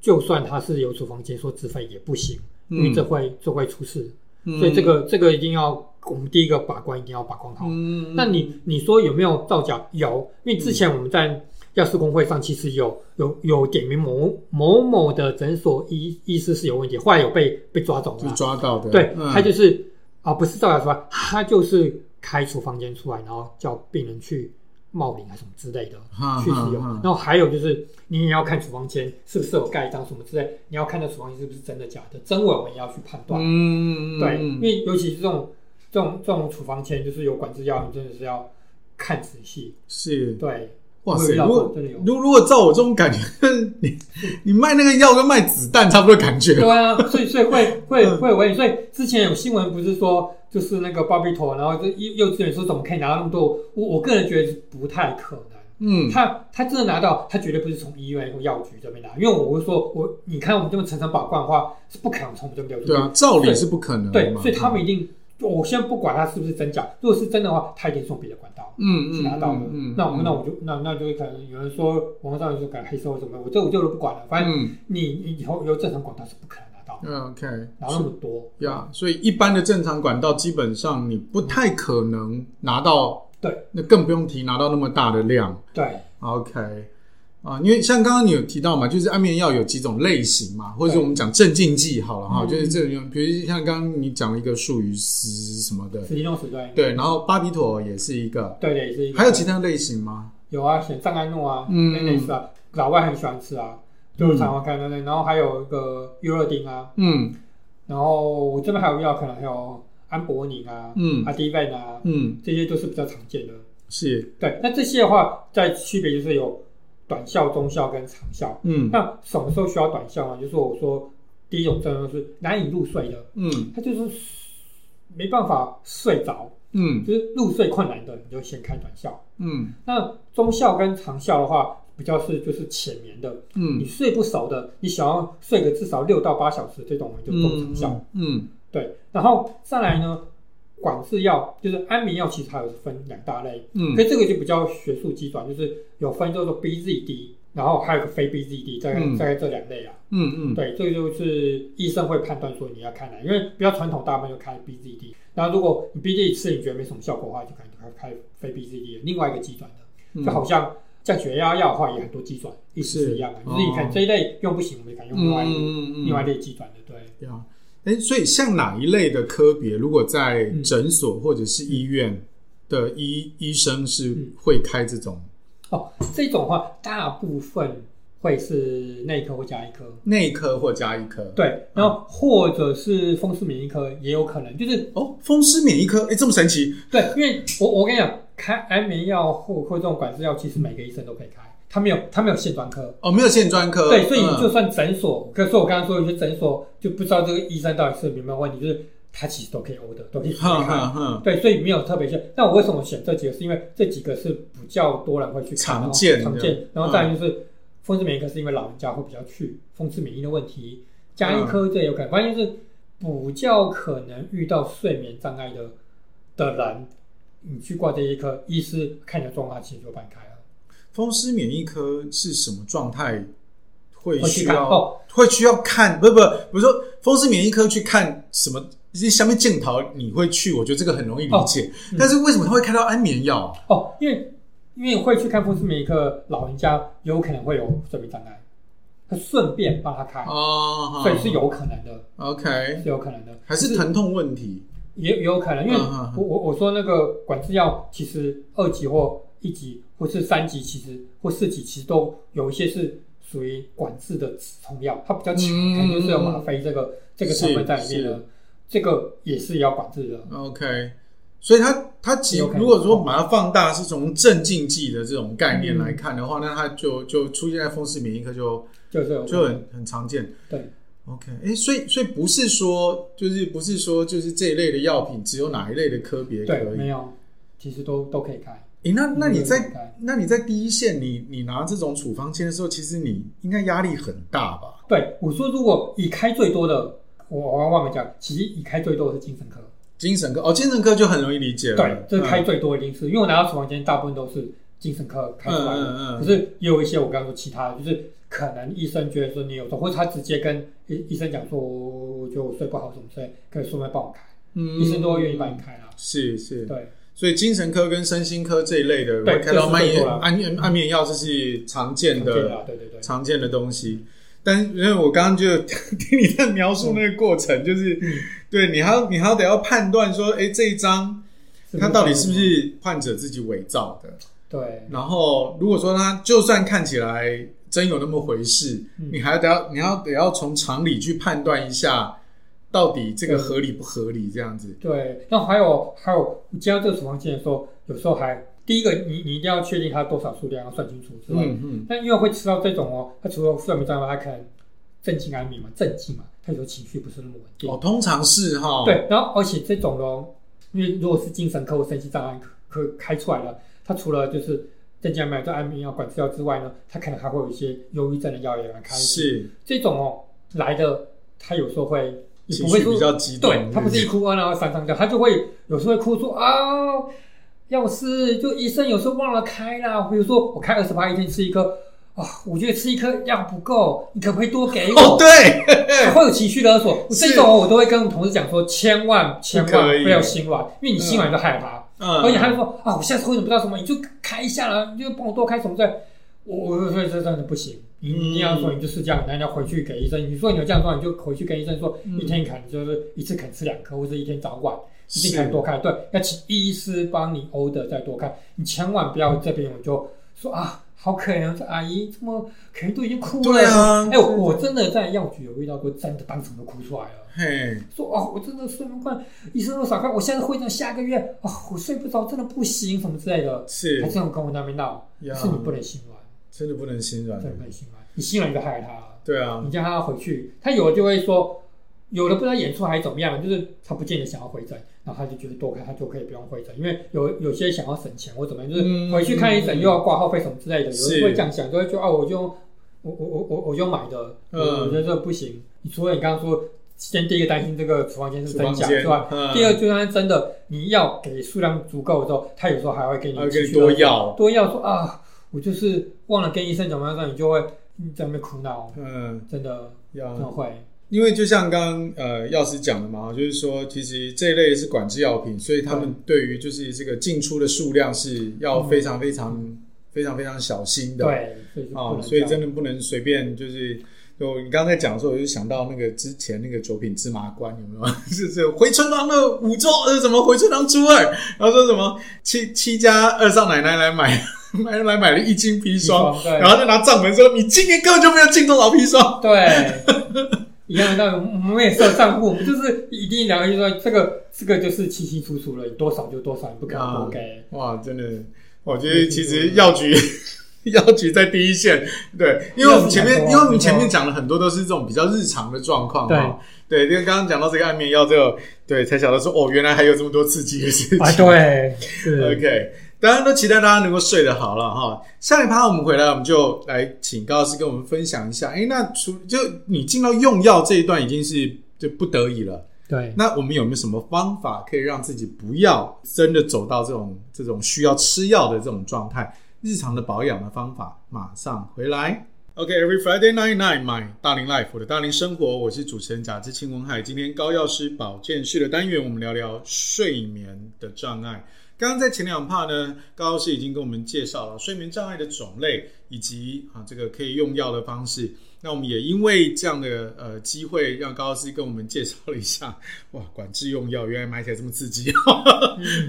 B: 就算他是有处方签说自费也不行，因为这会这会出事，
A: 嗯
B: 所以这个这个一定要我们第一个把关一定要把关好。
A: 嗯，
B: 那你你说有没有造假？有，因为之前我们在药师工会上其实有有有点名某某某的诊所医医师是有问题，后来有被被抓走了啊
A: 就
B: 啦。
A: 抓到的，
B: 对，
A: 嗯
B: 他就是啊、不是造假出来，他就是开处方间出来，然后叫病人去冒领啊什么之类的
A: 哈
B: 去使
A: 哈
B: 用。
A: 哈
B: 然后还有就是，你也要看处方签是不是有盖章什么之类，你要看那处方签是不是真的假的，真伪我们也要去判断。
A: 嗯
B: 对，因为尤其是这种这种这种处方签，就是有管制药，你真的是要看仔细。
A: 是
B: 对，
A: 哇
B: 我有
A: 塞，
B: 遇
A: 如
B: 到
A: 果
B: 过真的有。
A: 如如果照我这种感觉， [LAUGHS] 你你卖那个药跟卖子弹差不多感觉
B: [LAUGHS] 对啊，所以所以会会
A: 嗯
B: 会有问题，所以之前有新闻不是说就是那个巴比妥，然后这幼幼稚园说怎么可以拿到那么多？我我个人觉得不太可能。
A: 嗯
B: 他他真的拿到，他绝对不是从医院或药局这边拿，因为我会说，我你看我们这么层层把关的话，是不可能从我们这边流出
A: 对
B: 去。
A: 啊，嗯照理是不可能的
B: 对，
A: 嘛，
B: 所以他们一定，我先不管他是不是真假，如果是真的话，他一定从别的管道。
A: 嗯
B: 是
A: 嗯
B: 拿到的，
A: 嗯嗯，
B: 那我
A: 嗯
B: 那我就那那就可能有人说网络上有人说改黑社会什么，我这我就不管了，反正
A: 嗯
B: 你你以后有正常管道是不可能拿道，
A: ，OK，
B: 然后那么多，
A: 呀所以一般的正常管道基本上你不太可能拿到，
B: 对，
A: 那更不用提拿到那么大的量。
B: 对
A: OK，啊，因为像刚刚你有提到嘛，就是安眠药有几种类型嘛，或者是
B: 对
A: 我们讲镇静剂好了哈，
B: 嗯
A: 就是这种，比如像刚刚你讲了一个术语是什么的，
B: 死肌肉死对，
A: 对，然后巴比妥也是一个，
B: 对的也是一个，
A: 还有其他类型吗？
B: 有啊，选藏安诺啊，
A: 嗯
B: 那类似啊，老外很喜欢吃啊，就常常看到那，然后还有一个优乐丁啊，
A: 嗯
B: 然后我这边还有遇到可能还有安博宁啊，
A: 嗯
B: 阿迪芬啊，
A: 嗯，
B: 这些都是比较常见的。
A: 是，
B: 对，那这些的话，再区别就是有短效、中效跟长效。
A: 嗯
B: 那什么时候需要短效呢？就是我说第一种症状是难以入睡的，
A: 嗯
B: 他就是没办法睡着，
A: 嗯
B: 就是入睡困难的，你就先开短效。
A: 嗯
B: 那中效跟长效的话，比较是就是浅眠的，你
A: 嗯，
B: 睡不熟的，你想要睡个至少六到八小时这种，就中长效。
A: 嗯
B: 对，然后再来呢，管制药就是安眠药，其实它有分两大类，
A: 嗯
B: 可是这个就比较学术基转，就是有分叫做 BZD，然后还有个非 BZD，大概、
A: 嗯
B: 大概这两类啊。
A: 嗯嗯，
B: 对，这个就是医生会判断说你要看哪，因为比较传统，大部分就开 BZD。然后如果你 BZD 吃你觉得没什么效果的话，就可能开开非 BZD 的另外一个基转的，就好像降血压药的话也很多基转，意思
A: 嗯是哦
B: 是一样的，就是你看这一类用不行，我们就改用另外一、
A: 嗯
B: 另外一类基转的，对。
A: 对啊，哎，所以像哪一类的科别，如果在
B: 嗯
A: 诊所或者是医院的医、医生是
B: 嗯
A: 会开这种
B: 哦，这种的话大部分会是内科或加医科，
A: 内科或加医科？
B: 对，然
A: 嗯
B: 后或者是风湿免疫科也有可能，就是
A: 哦，风湿免疫科，哎，这么神奇？
B: 对，因为我我跟你讲，开安眠药或或这种管制药，其实每个医生都可以开，他没有他没有限专科。
A: 哦，没有限专科，
B: 对，所以你就
A: 嗯
B: 算诊所，可是我刚刚说有些诊所就不知道这个医生到底是有没有问题，就是他其实都可以 order，都可以直接
A: 哼
B: 开。
A: 哼哼，
B: 对，所以没有特别限。那我为什么选这几个？是因为这几个是比较多人会去看
A: 常
B: 然后
A: 见的嗯
B: 常见。然后再来就是风湿免疫科，是因为老人家会比较去风湿免疫的问题，加医
A: 嗯
B: 科这也有可能，关键是比较可能遇到睡眠障碍的的人，你去挂这一科，医师看你的状况，其实就帮你开了。
A: 风湿免疫科是什么状态？会
B: 会去
A: 需
B: 看
A: 要
B: 哦
A: 会需要看，不不，我说风湿免疫科去看什么？下面镜头你会去，我觉得这个很容易理解。
B: 嗯
A: 但是为什么他会开到安眠药啊？
B: 哦，因为因为会去看风湿免疫科，老人家有可能会有睡眠障碍，他顺便帮他开，
A: 哦，
B: 所以是有可能的，
A: OK，
B: 是有可能的。
A: 还是疼痛问题？
B: 也也有可能，因为
A: 嗯嗯嗯
B: 我我我说那个管制药，其实二级或一级或是三级，其实或四级，其实都有一些是属于管制的止痛药，它比较强，
A: 嗯
B: 肯定是有吗啡这个这个成分在里面
A: 是
B: 的，这个也是要管制的。
A: OK，所以它它其实
B: 有可能
A: 如果说把它放大，是从镇静剂的这种概
B: 嗯
A: 念来看的话，那它就就出现在风湿免疫科就
B: 就是有
A: 就很很常见。
B: 对
A: OK，哎、所以所以不是说就是不是说就是这一类的药品只有哪一类的科别
B: 对，
A: 可以？
B: 没有，其实都都可以开。
A: 诶、那那你
B: 都可以
A: 在
B: 开
A: 那你在第一线，你你拿这种处方签的时候，其实你应该压力很大吧？
B: 对我说，如果已开最多的，我我刚忘了讲，其实已开最多的是精神科，
A: 精神科哦，精神科就很容易理解了。
B: 对，这
A: 嗯
B: 开最多一定是，因为我拿到处方间大部分都是精神科开出来的，
A: 嗯嗯嗯
B: 可是也有一些我刚刚说其他的，就是可能医生觉得说你有痛，或者他直接跟医医生讲说，我我觉得我睡不好，怎么睡，可以顺便帮我开，
A: 嗯
B: 医生都会愿意帮你开啦。
A: 是是。
B: 对
A: 所以精神科跟身心科这一类的，
B: 对
A: 开到安
B: 这是最
A: 眠
B: 多啦
A: 安眠安眠药，这是常见
B: 常见的
A: 的
B: 啊，对对对，
A: 常见的东西。但因为我刚刚就 [LAUGHS] 听你在描述那个过程，就是
B: 嗯
A: 对你还要你还要得要判断说，哎，这一张
B: 是不
A: 它到底是不是
B: 嗯
A: 患者自己伪造的？
B: 对
A: 然后如果说它就算看起来真有那么回事，
B: 嗯
A: 你还得要你要得要从常理去判断一下，到底这个合理不合理这样子。
B: 对，那还有还有，你接到这个处方签的时候，有时候还第一个你你一定要确定它多少数量要算清楚之外，
A: 嗯嗯
B: 但因为会吃到这种哦，它除了睡眠障碍，它可能镇静安眠嘛，镇静嘛，它有时候情绪不是那么稳定。
A: 哦，通常是哈，，
B: 嗯对，然后而且这种咯，因为如果是精神科或身心障碍科科开出来了，它除了就是镇静安眠药、安眠药、管制药之外呢，它可能还会有一些忧郁症的药也来开。
A: 是
B: 这种哦来的，它有时候会也
A: 情
B: 不会
A: 绪比
B: 说
A: 较激动，嗯
B: 对他不是一哭二闹三上吊，他就会有时候会哭说啊，药师就医生有时候忘了开啦，比如说我开二十八一天吃一颗，啊、我觉得吃一颗药不够，你可不可以多给我？
A: 哦，对，
B: 会有情绪勒索，
A: 是
B: 这种哦我都会跟同事讲说，千万千
A: 不可
B: 万
A: 以
B: 不要心软，因为你心软就害怕，
A: 嗯
B: [LAUGHS] 而且他就说啊，我下次会怎么到什么，你就开一下啦，你就帮我多开什么这，我我说这真的不行，你
A: 嗯
B: 你这样说你就是这样，那你要回去给医生，你说你有这样说，你就回去跟医生说，
A: 嗯
B: 一天肯就是一次肯吃两颗，或者一天早晚。一定
A: 是
B: 可以多看，对，要请医师帮你 order 再多看，你千万不要这边我就说啊，好可怜，这阿姨这么可怜都已经哭了，
A: 对啊
B: 哎、我我真的在药局有遇到过，真的当场都哭出来了。
A: 嘿，
B: 说哦，我真的睡不惯，医生说少看，我现在会长下个月哦，我睡不着，真的不行，什么之类的。
A: 是
B: 他这种跟我那边闹，
A: 呀
B: 是你不能心软，
A: 真的不能心软
B: 真，的不能心软，你心软就害了他了。
A: 对啊，
B: 你叫他回去，他有的就会说，有的不知道演出还是怎么样，就是他不见得想要回诊，然后他就觉得多看他就可以不用回诊，因为有有些想要省钱或怎么样，就是
A: 嗯
B: 回去看一诊又要挂号费什么之类的，有人
A: 是
B: 会这样想，就会说啊，我就用我我我我我就买的，
A: 嗯
B: 我我觉得这不行。你除了你刚刚说，先第一个担心这个处方间是
A: 厨
B: 真
A: 房
B: 假
A: 间
B: 之外，
A: 嗯
B: 第二就算真的你要给数量足够之后，他有时候还会给你
A: 还要给
B: 继
A: 你
B: 续
A: 哎多
B: 的
A: 要，
B: 多要说啊，我就是忘了跟医生讲完之后，你就会你在那边苦恼。
A: 嗯，
B: 真的真的
A: 要，
B: 会，
A: 因为就像刚刚呃药师讲的嘛，就是说其实这一类是管制药品，所以他们对于就是这个进出的数量是要非常非常、非常非常小心的，
B: 嗯对，所以就不
A: 哦，
B: 能
A: 所以
B: 这
A: 真
B: 样
A: 的不能随便就是。就你刚才讲的时候，我就想到那个之前那个九品芝麻官有没 [LAUGHS] 有？是是回春堂的五周呃什么回春堂初二，然后说什么七七家二少奶奶来买 [LAUGHS] 买来买了一斤砒霜，
B: 砒霜对
A: 然后就拿账本说你今年根本就没有进多少砒霜。
B: 对。 [LAUGHS] 一样的道理，我们也设账户，我们就是一定了解说这个这个就是清清楚楚了，你多少就多少，你不可能
A: 啊
B: 多给。
A: 哇，真的，我觉得其实药局 [LAUGHS] 药局在第一线，对，因为我们前面
B: 药局很多啊
A: 因为我们前面讲了很多都是这种比较日常的状况
B: 对
A: 哈。对，因为刚刚讲到这个安眠药之后，对，才晓得说哦，原来还有这么多刺激的事情。
B: 啊，
A: [LAUGHS]
B: 对，是
A: OK，当然都期待大家能够睡得好了哈。下一趴我们回来，我们就来请高老师跟我们分享一下。哎，那除就你进到用药这一段已经是就不得已了，
B: 对。
A: 那我们有没有什么方法可以让自己不要真的走到这种这种需要吃药的这种状态？日常的保养的方法，马上回来。OK，Every、Friday night night my 大龄 life 我的大龄生活，我是主持人贾志清文海。今天高药师保健室的单元，我们聊聊睡眠的障碍。刚刚在前两趴呢，高药师已经跟我们介绍了睡眠障碍的种类，以及啊这个可以用药的方式。那我们也因为这样的呃机会，让高药师跟我们介绍了一下，哇，管制用药原来买起来这么刺激。啊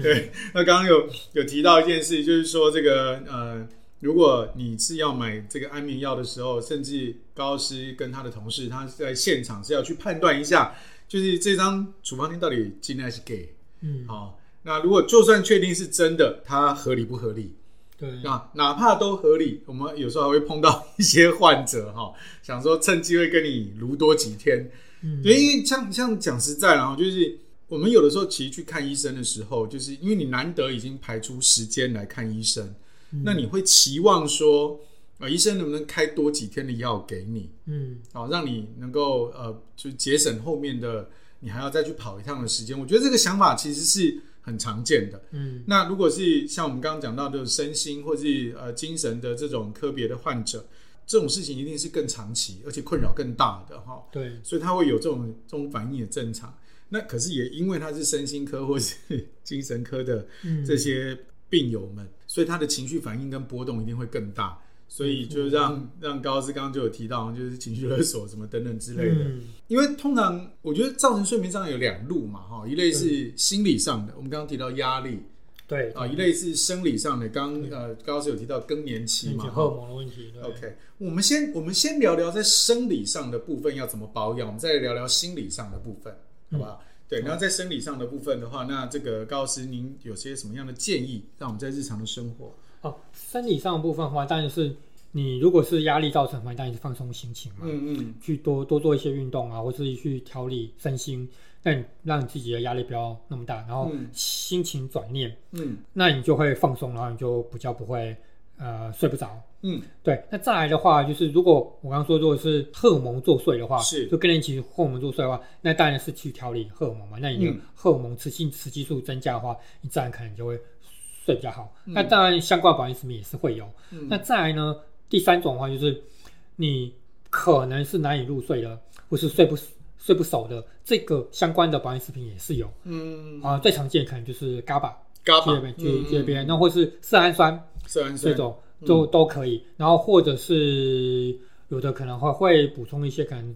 A: 对，那刚刚有有提到一件事，就是说这个呃，如果你是要买这个安眠药的时候，甚至高师跟他的同事，他在现场是要去判断一下，就是这张处方贴到底今天还是给
B: 嗯，
A: 好、那如果就算确定是真的，它合理不合理？
B: 对，
A: 那哪怕都合理，我们有时候还会碰到 [LAUGHS] 一些患者哈、想说趁机会跟你撸多几天，
B: 嗯
A: 对，因为像像讲实在啦，就是我们有的时候其实去看医生的时候，就是因为你难得已经排出时间来看医生，
B: 嗯
A: 那你会期望说，呃，医生能不能开多几天的药给你，
B: 嗯，
A: 啊、让你能够呃，就节省后面的你还要再去跑一趟的时间。我觉得这个想法其实是很常见的。
B: 嗯，
A: 那如果是像我们刚刚讲到的身心或是呃精神的这种科别的患者，这种事情一定是更长期，而且困扰更大的哈、
B: 对，
A: 所以他会有这种这种反应也正常。那可是也因为他是身心科或是精神科的
B: 嗯，
A: 这些病友们，所以他的情绪反应跟波动一定会更大，所以就让让高老师刚刚就有提到，就是情绪勒索什么等等之类的。
B: 嗯，
A: 因为通常我觉得造成睡眠障碍有两路嘛，哈，一类是心理上的，我们刚刚提到压力
B: 对，
A: 啊，一类是生理上的，刚呃高老师有提到更年期
B: 引
A: 嘛
B: 起
A: 哈，
B: 荷尔蒙的问题，对
A: OK，我们先我们先聊聊在生理上的部分要怎么保养，我们再聊聊心理上的部分，
B: 嗯
A: 好不好？对，那在生理上的部分的话，那这个高老师您有些什么样的建议，让我们在日常的生活？
B: 哦，生理上的部分的话，当然是你如果是压力造成的话，当然是放松心情嘛，
A: 嗯嗯，
B: 去多多做一些运动啊，或是去调理身心，让你让你自己的压力不要那么大，然后
A: 嗯
B: 心情转念，
A: 嗯
B: 那你就会放松，然后你就比较不会呃睡不着。
A: 嗯，
B: 对，那再来的话，就是如果我刚刚说，如果是荷尔蒙作祟的话，
A: 是
B: 就跟人一起荷尔蒙作祟的话，那当然是去调理荷尔蒙嘛。那你的
A: 嗯
B: 荷尔蒙雌性雌激素增加的话，你自然可能就会睡比较好。
A: 嗯
B: 那当然相关保健食品也是会有。
A: 嗯
B: 那再来呢，第三种的话就是你可能是难以入睡的，或是睡不睡不熟的，这个相关的保健食品也是有
A: 嗯，
B: 啊、最常见可能就是 GABA
A: 伽
B: 这
A: 马
B: 边这这边，那或是色氨酸
A: 色氨
B: 这
A: 酸
B: 种都、
A: 嗯
B: 都可以，然后或者是有的可能会会补充一些可能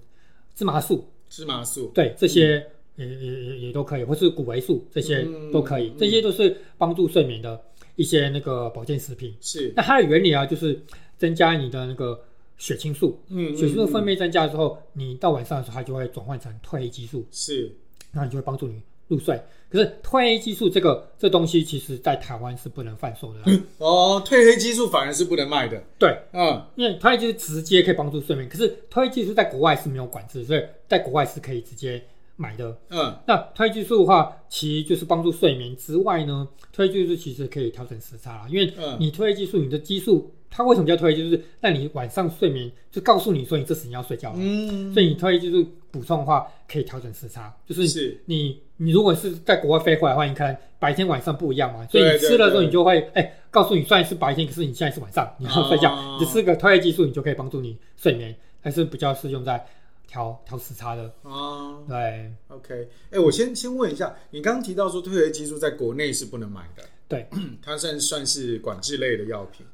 B: 芝麻素，
A: 芝麻素，
B: 对这些也也也也都可以，或是谷维素这些
A: 嗯
B: 都可以，
A: 嗯
B: 这些都是帮助睡眠的一些那个保健食品。
A: 是，
B: 那它的原理啊，就是增加你的那个血清素，
A: 嗯，
B: 血清素
A: 嗯
B: 分泌增加之后，你到晚上的时候，它就会转换成褪黑激素，
A: 是
B: 那你就会帮助你入睡。可是褪黑激素这个这东西，其实在台湾是不能贩售的啊、
A: [LAUGHS] 哦，褪黑激素反而是不能卖的，
B: 对，
A: 嗯，
B: 因为褪黑激素直接可以帮助睡眠，可是褪黑激素在国外是没有管制，所以在国外是可以直接买的。
A: 嗯，
B: 那褪黑激素的话，其实就是帮助睡眠之外呢，褪黑激素其实可以调整时差啦，因为
A: 嗯
B: 你褪黑激素，你的激素它为什么叫褪黑激素？就是让你晚上睡眠就告诉你说你这时间要睡觉了，
A: 嗯，
B: 所以你褪黑激素补充的话可以调整时差，就是
A: 是
B: 你你如果是在国外飞回来的话，你可能白天晚上不一样嘛，所以
A: 对
B: 你吃了之后
A: 对
B: 你就会哎、告诉你虽然是白天，可是你现在是晚上，你要睡觉，
A: 哦
B: 你吃个褪黑激素，你就可以帮助你睡眠，还是比较适用在调调时差的，
A: 哦
B: 对。
A: ，OK，哎，我先先问一下，你刚刚提到说褪黑激素在国内是不能买的，
B: 对，
A: [CLEARS THROAT] 它算算是管制类的药品，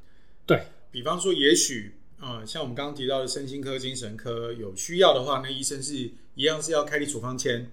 B: 对，
A: 比方说也许。呃，像我们刚刚提到的身心科、精神科有需要的话，那医生是一样是要开立处方签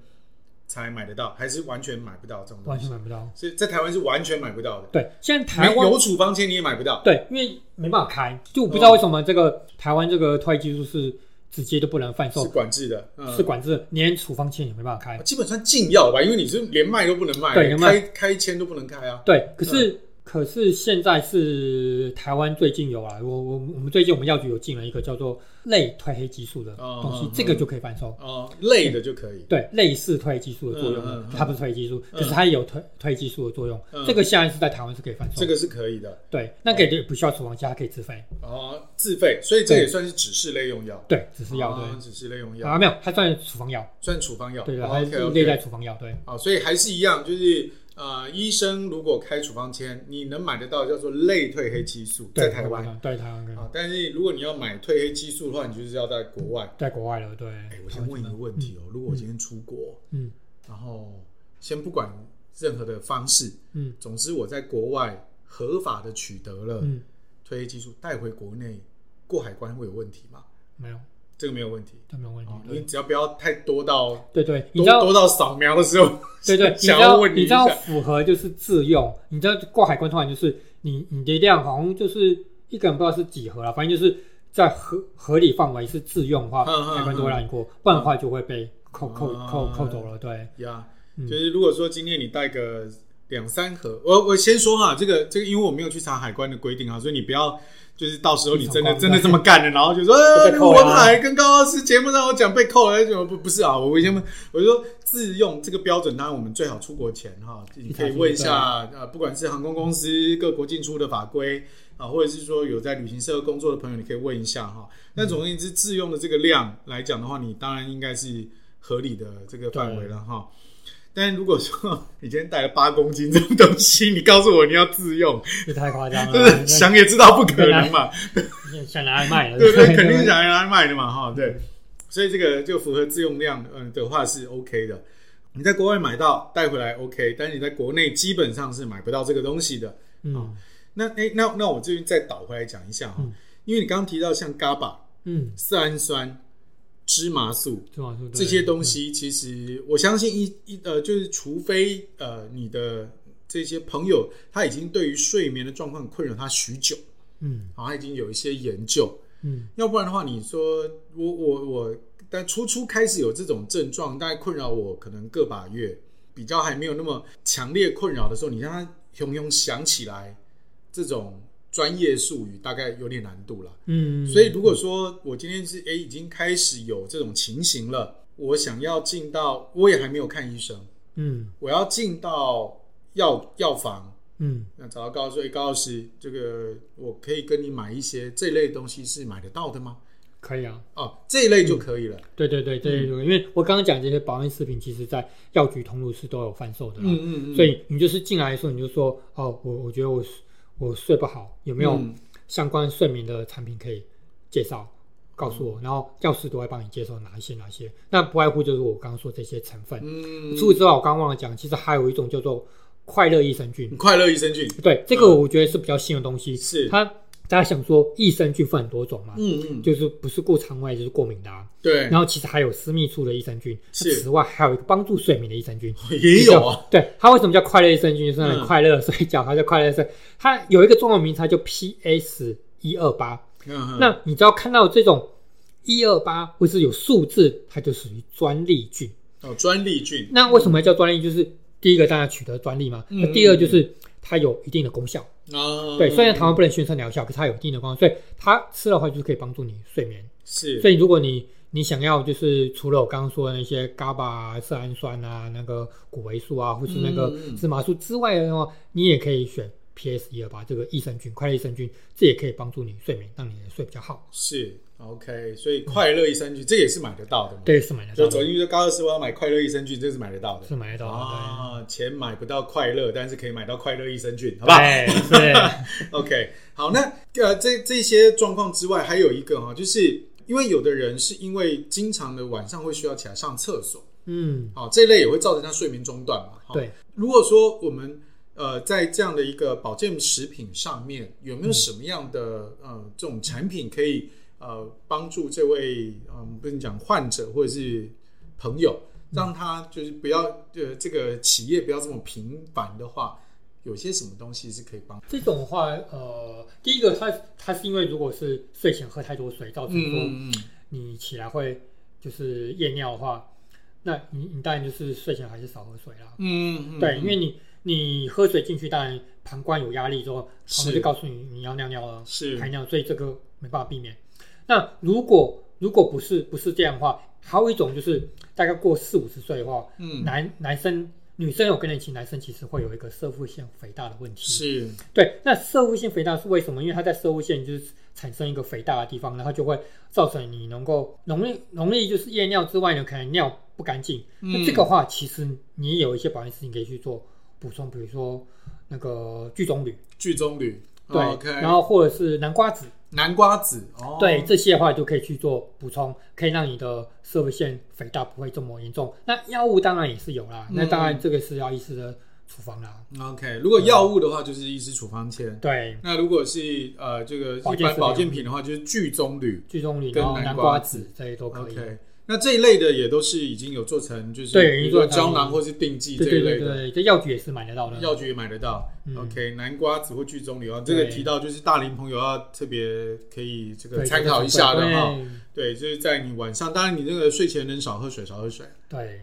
A: 才买得到，还是完全买不到这种东
B: 完
A: 西？
B: 全买不到。
A: 所以在台湾是完全买不到的，
B: 对，现在台
A: 没
B: 湾
A: 有处方签你也买不到。
B: 对，因为没办法开，就我不知道为什么这个、台湾这个退技术是直接都不能贩
A: 嗯是嗯
B: 售，
A: 管制的，嗯
B: 是管制，连处方签也没办法开。
A: 基本上禁药吧，因为你是连卖都不能卖，
B: 对连卖
A: 开开签都不能开啊。
B: 对，可是、可是现在是台湾最近有啊，我我我们最近我们药局有进了一个叫做类褪黑激素的
A: 哦
B: 东西，
A: 嗯
B: 这个就可以贩售。
A: 哦，类的就可以。
B: 对，类似褪黑激素的作用
A: 嗯嗯嗯，
B: 它不是褪黑激素，
A: 嗯
B: 可是它也有褪褪黑激素的作用
A: 嗯。
B: 这个现在是在台湾是可以贩售
A: 这
B: 的，
A: 个是可以的
B: 对，那个也不需要处方签，它可以自费，
A: 哦，自费，所以这也算是指示类用药，
B: 对，只是药
A: 哦
B: 对。
A: 指示类用药
B: 啊，没有，它算处方药，
A: 算处方药，
B: 对的，
A: 哦
B: 它是
A: OK，OK
B: 列在处方药，对。
A: 好，所以还是一样，就是呃，医生如果开处方签，你能买得到叫做类褪黑激素，在
B: 对
A: 台湾啊、，
B: 对台湾跟
A: 但是如果你要买褪黑激素的话，你就是要在国外。
B: 在国外了，对。
A: 哎，我先问一个问题哦，如果我今天出国，
B: 嗯
A: 然后先不管任何的方式，
B: 嗯
A: 总之我在国外合法的取得了
B: 嗯，
A: 褪黑激素，带回国内过海关会有问题吗？
B: 没有，
A: 这个没有问题，
B: 这没有问题
A: 哦。你
B: 对
A: 只要不要太多到
B: 对对，你
A: 多
B: 知道
A: 多到扫描的时候，
B: 对对，你知
A: [LAUGHS] 想要
B: 道
A: 问你
B: 你
A: 一
B: 知道
A: 下，
B: 符合就是自用，你知道过海关突然就是你你的量好像就是一个人不知道是几盒了，反正就是在合合理范围是自用的话，
A: 嗯嗯哦
B: 海关都会让你过，不然的话就会被扣扣扣扣走
A: [LAUGHS]
B: 了，对。
A: 呀
B: 嗯
A: 就是如果说今天你带个两三盒，我我先说哈，这个这个，因为我没有去查海关的规定啊，所以你不要就是到时候你真的
B: 去
A: 真
B: 闯关
A: 的这么干了，然后就说呃，
B: [LAUGHS] 被扣了啊
A: 我买跟高老师节目上我讲被扣了，就不不是啊，我先问，我就说自用这个标准，当然我们最好出国前哈，你可以问一下呃，不管是航空公司各国进出的法规啊，或者是说有在旅行社工作的朋友，你可以问一下哈。但总而言之，自用的这个量来讲的话，你当然应该是合理的这个范围了哈。但如果说你今天带了八公斤这种东西，你告诉我你要自用，
B: 这太夸张了，
A: 真的想也知道不可能嘛，
B: 那嗯想拿来卖了，
A: 对不对？肯定是想要拿来卖的嘛，哈，对。所以这个就符合自用量，嗯的话是 OK 的。你在国外买到带回来 OK，但是你在国内基本上是买不到这个东西的。
B: 嗯
A: 那诶，那那我这边再倒回来讲一下哈，
B: 嗯
A: 因为你刚刚提到像 GABA、
B: 嗯，
A: 色氨酸、芝麻素，
B: 这种是对
A: 这些东西，其实我相信一一呃，就是除非呃你的这些朋友他已经对于睡眠的状况困扰他许久，
B: 嗯
A: 然后他已经有一些研究，
B: 嗯
A: 要不然的话，你说我我我，但初初开始有这种症状，大概困扰我可能个把月，比较还没有那么强烈困扰的时候，你让他汹汹想起来这种专业术语，大概有点难度了。
B: 嗯，
A: 所以如果说我今天是诶已经开始有这种情形了，我想要进到，我也还没有看医生，
B: 嗯
A: 我要进到药药房，
B: 嗯
A: 那找到高老师，诶高老师，这个我可以跟你买一些这类东西是买得到的吗？
B: 可以啊，
A: 哦，这一类就可以了。
B: 对对对，这些
A: 嗯
B: 如果因为我刚刚讲这些保健食品，其实在药局通路是都有贩售的啦，
A: 嗯
B: 所以你就是进来的时候，你就说哦，我我觉得我我睡不好，有没有
A: 嗯
B: 相关睡眠的产品可以介绍告诉
A: 嗯
B: 我，然后药师都会帮你介绍哪一些哪一些。那不外乎就是我刚刚说这些成分。
A: 嗯，
B: 除此之外，我刚忘了讲，其实还有一种叫做快乐益生菌。
A: 嗯快乐益生菌
B: 对，这个我觉得是比较新的东西。
A: 是，
B: 它大家想说益生菌分很多种嘛，
A: 嗯嗯，
B: 就是不是过肠胃就是过敏的、啊，
A: 对，
B: 然后其实还有私密处的益生菌，
A: 是
B: 此外还有一个帮助睡眠的益生菌。
A: 也有啊，
B: 叫。对，它为什么叫快乐益生菌？就是很
A: 嗯
B: 快乐睡觉，它叫快乐睡。它有一个中文名，它叫 PS 一二八。
A: 嗯嗯
B: 那你只要看到这种一二八或是有数字，它就属于专利菌。
A: 哦，专利菌，
B: 那为什么要叫专利？就是第一个当然取得专利嘛，
A: 嗯
B: 那第二就是它有一定的功效。
A: 哦，
B: 对，虽然台湾不能宣称疗效，可是它有一定的功效，所以它吃的话就是可以帮助你睡眠。
A: 是，
B: 所以如果你你想要就是除了我刚刚说的那些 GABA 啊、色氨酸啊、那个谷维素啊，或是那个
A: 嗯嗯
B: 芝麻素之外的话，你也可以选 PS 一二八这个益生菌、快乐益生菌，这也可以帮助你睡眠，让你睡比较好。
A: 是 OK，所以快乐益生菌这也是买得到的嘛？，
B: 对，是买得
A: 就
B: 到
A: 走
B: 的，
A: 进去就高二十，我要买快乐益生菌，这是买得到的。
B: 是买得到的。
A: 啊，钱买不到快乐，但是可以买到快乐益生菌，好
B: 对，
A: 不好
B: 对，对，
A: ？OK，好，那呃，这这些状况之外，还有一个哈，就是因为有的人是因为经常的晚上会需要起来上厕所，
B: 嗯，
A: 好、这一类也会造成他睡眠中断嘛。好
B: 对，
A: 如果说我们呃在这样的一个保健食品上面，有没有什么样的、呃这种产品可以呃帮助这位嗯、呃、不能讲患者或者是朋友，让他就是不要呃这个企业不要这么频繁的话，有些什么东西是可以帮？
B: 这种的话，呃，第一个它它是因为如果是睡前喝太多水，造成说
A: 嗯嗯
B: 你起来会就是夜尿的话，那你你当然就是睡前还是少喝水啦。
A: 嗯嗯，
B: 对，因为你你喝水进去，当然膀胱有压力之后，
A: 是
B: 膀胱就告诉你你要尿尿了，
A: 是
B: 排尿，所以这个没办法避免。那如果如果不是不是这样的话，还有一种就是大概过四五十岁的话，
A: 嗯
B: 男男生女生有更年期，男生其实会有一个射腹腺肥大的问题。
A: 是
B: 对，那射腹腺肥大是为什么？因为它在射腹腺就是产生一个肥大的地方，然后就会造成你能够容易容易就是夜尿之外呢，可能尿不干净。那这
A: 嗯
B: 个话其实你也有一些保健食品可以去做补充，比如说那个聚棕榈，
A: 剧中旅
B: 对
A: 哦 OK，
B: 然后或者是南瓜子，
A: 南瓜子哦，
B: 对这些的话就可以去做补充，可以让你的射腹腺肥大不会这么严重。那药物当然也是有啦，那当
A: 嗯
B: 然这个是要医师的处方啦。
A: OK，如果药物的话，就是医师处方签。
B: 对，
A: 那如果是呃这个
B: 嗯保
A: 一
B: 健食
A: 般
B: 品
A: 保健品的话，就是聚棕榈。
B: 聚棕榈，
A: 跟
B: 然后
A: 南
B: 南
A: 瓜
B: 瓜
A: 子
B: 子这些都可以。
A: OK，那这一类的也都是已经有做成，就是
B: 对
A: 比如
B: 已经做
A: 说
B: 成
A: 胶囊或是定剂这
B: 对
A: 一
B: 对
A: 类
B: 对
A: 的，
B: 对，这药局也是买得到的。
A: 药局也买得到。
B: 嗯
A: OK，南瓜子或聚棕榈啊，这个
B: 对
A: 提到就是大龄朋友要特别可以这个
B: 对
A: 参考一下的哈。。对，
B: 对
A: 就是在你晚上，当然你这个睡前能少喝水，少喝水。
B: 对，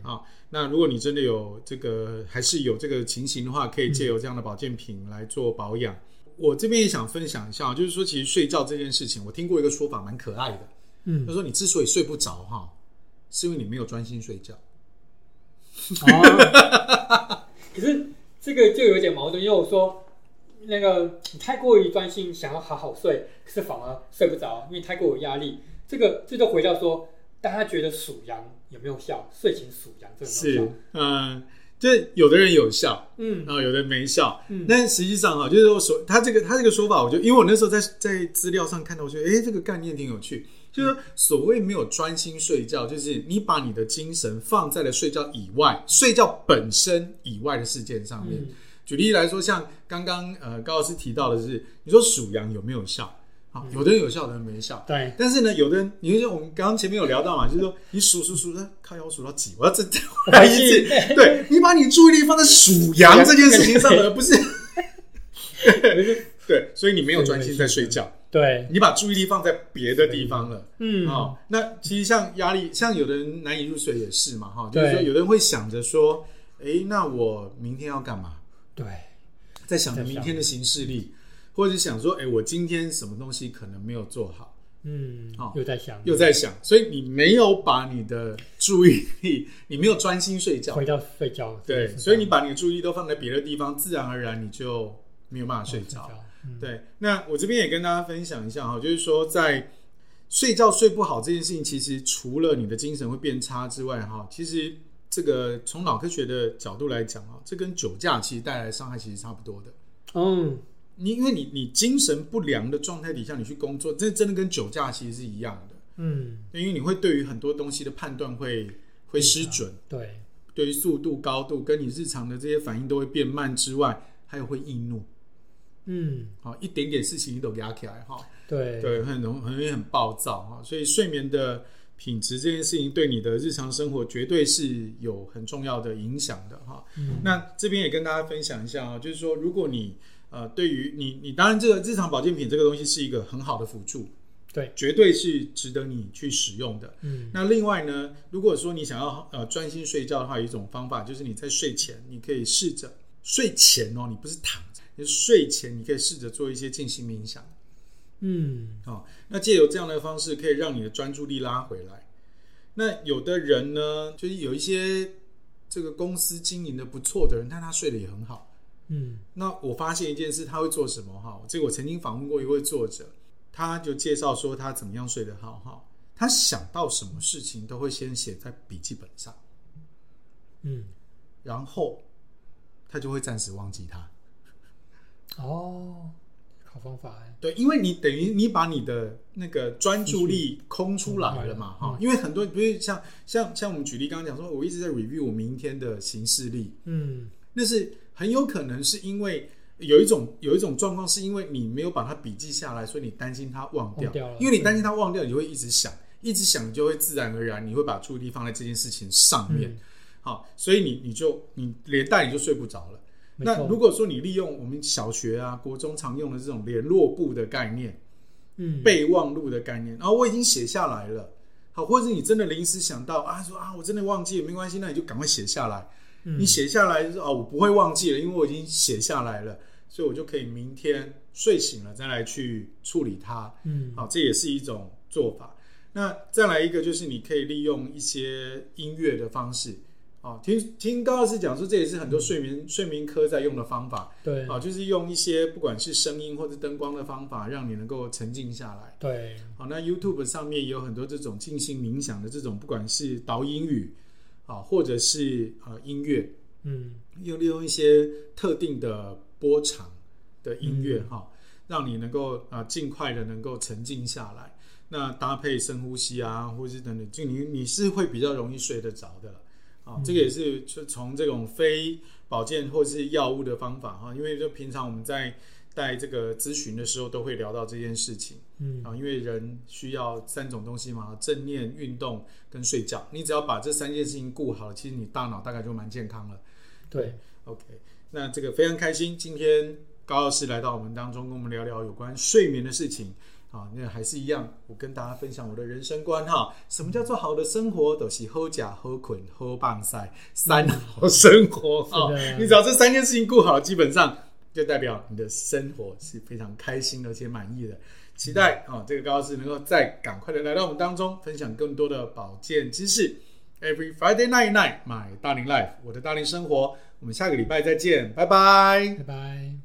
A: 那如果你真的有这个，还是有这个情形的话，可以借由这样的保健品来做保养。我这边也想分享一下，就是说，其实睡觉这件事情，我听过一个说法蛮可爱的，
B: 嗯
A: 就是，说你之所以睡不着哈，是因为你没有专心睡觉。
B: 哦，
A: [LAUGHS]
B: 可是这个就有点矛盾，因为我说那个你太过于专心，想要好好睡，可是反而睡不着，因为太过有压力。这个这就回到说，大家觉得数羊有没有效？睡前数羊这个有没
A: 是
B: 有效？，
A: 嗯，就是有的人有效，
B: 嗯
A: 然后有的人没效。
B: 嗯，
A: 但实际上哈，就是说所他这个他这个说法，我就因为我那时候在在资料上看到，我觉得诶这个概念挺有趣。就是
B: 嗯
A: 说所谓没有专心睡觉，就是你把你的精神放在了睡觉以外、睡觉本身以外的事件上面。
B: 嗯
A: 举例来说，像刚刚呃高老师提到的是，你说数羊有没有效？好，
B: 嗯
A: 有的人有效，有的人没效。
B: 对，
A: 但是呢，有的人，你就我们刚刚前面有聊到嘛，就是说你数数数，那靠腰数到几？我要这我来一次，[LAUGHS]
B: 哎
A: 对你把你注意力放在数羊这件事情上，而不
B: [LAUGHS]
A: 是对，所以你没有专心在睡觉，
B: 对，
A: 你把注意力放在别的地方了。
B: 嗯，
A: 哦，那其实像压力，像有的人难以入睡也是嘛，哈，就
B: 对
A: 是说有的人会想着说，诶，那我明天要干嘛？
B: 对，
A: 在想着
B: 在想
A: 明天的行事历，或者想说，诶，我今天什么东西可能没有做好，
B: 嗯
A: 哦，
B: 又在想，
A: 又在想，所以你没有把你的注意力，你没有专心睡觉，
B: 回到睡觉这件事
A: 对，
B: 上。
A: 所以你把你的注意力都放在别的地方，自然而然你就没有办法睡着。
B: 嗯，
A: 对，那我这边也跟大家分享一下哈，就是说在睡觉睡不好这件事情，其实除了你的精神会变差之外，哈，其实这个从脑科学的角度来讲啊，这跟酒驾其实带来的伤害其实差不多的。
B: 嗯，
A: 你因为你你精神不良的状态底下，你去工作，这真的跟酒驾其实是一样的，
B: 嗯，
A: 因为你会对于很多东西的判断会会失准，
B: 对，
A: 对于速度、高度跟你日常的这些反应都会变慢之外，还有会易怒，
B: 嗯，
A: 好、一点点事情你都给他起来哈、哦
B: 对，
A: 对，很容很容易很暴躁啊，所以睡眠的品质这件事情对你的日常生活绝对是有很重要的影响的哈。
B: 嗯
A: 那这边也跟大家分享一下啊，就是说，如果你呃对于你你当然这个日常保健品这个东西是一个很好的辅助，
B: 对，
A: 绝对是值得你去使用的。
B: 嗯，
A: 那另外呢，如果说你想要呃专心睡觉的话，有一种方法就是你在睡前，你可以试着睡前哦，你不是躺着，你睡前你可以试着做一些静心冥想。
B: 嗯，
A: 哦，那借由这样的方式，可以让你的专注力拉回来。那有的人呢，就是有一些这个公司经营的不错的人，但他睡得也很好。
B: 嗯，
A: 那我发现一件事，他会做什么哈？这个我曾经访问过一位作者，他就介绍说他怎么样睡得好哈。他想到什么事情都会先写在笔记本上，
B: 嗯，
A: 然后他就会暂时忘记它。
B: 哦，好方法哎，
A: 对，因为你等于你把你的那个专注力空出来了嘛，
B: 嗯
A: 哈、因为很多不是像像像我们举例刚刚讲说，我一直在 review 我明天的行事历，
B: 嗯，
A: 那是很有可能是因为有一种有一种状况，是因为你没有把它笔记下来，所以你担心它忘掉，
B: 忘掉了
A: 因为你担心它忘掉，你就会一直想，一直想，你就会自然而然你会把注意力放在这件事情上面，
B: 嗯
A: 好，所以你你就你连带你就睡不着了。
B: 没
A: 那
B: 错
A: 如果说你利用我们小学啊、国中常用的这种联络簿的概念、
B: 嗯，
A: 备忘录的概念，然后我已经写下来了，好，或者你真的临时想到啊，说啊，我真的忘记了，没关系，那你就赶快写下来。
B: 嗯
A: 你写下来就是哦，我不会忘记了，因为我已经写下来了，所以我就可以明天睡醒了再来去处理它。
B: 嗯，
A: 好，这也是一种做法。那再来一个就是你可以利用一些音乐的方式，啊，听听高老师讲说，这也是很多睡眠、睡眠科在用的方法，
B: 嗯对，
A: 啊，就是用一些不管是声音或者灯光的方法，让你能够沉静下来。
B: 对，
A: 好，那 YouTube 上面也有很多这种静心冥想的这种，不管是导引语啊，或者是呃音乐，
B: 嗯，
A: 又利用一些特定的波长的音乐哈、让你能够啊尽快的能够沉静下来。那搭配深呼吸啊，或是等等，就你你是会比较容易睡得着的了。啊，这个也是就从这种非保健或是药物的方法哈、因为就平常我们在带这个咨询的时候都会聊到这件事情。
B: 嗯，
A: 啊，因为人需要三种东西嘛，正念、运动跟睡觉。你只要把这三件事情顾好了，其实你大脑大概就蛮健康了。
B: 对，
A: OK，那这个非常开心，今天高老师来到我们当中，跟我们聊聊有关睡眠的事情。啊，那还是一样，我跟大家分享我的人生观哈。什么叫做好的生活？都、是喝假、喝捆、喝棒塞三好生活哈
B: 是的。
A: 你只要这三件事情顾好，基本上就代表你的生活是非常开心而且满意的。期待啊，这个高老师能够再赶快的来到我们当中，分享更多的保健知识。Every Friday night night，买大龄 life，我的大龄生活。我们下个礼拜再见，拜拜。
B: 拜拜。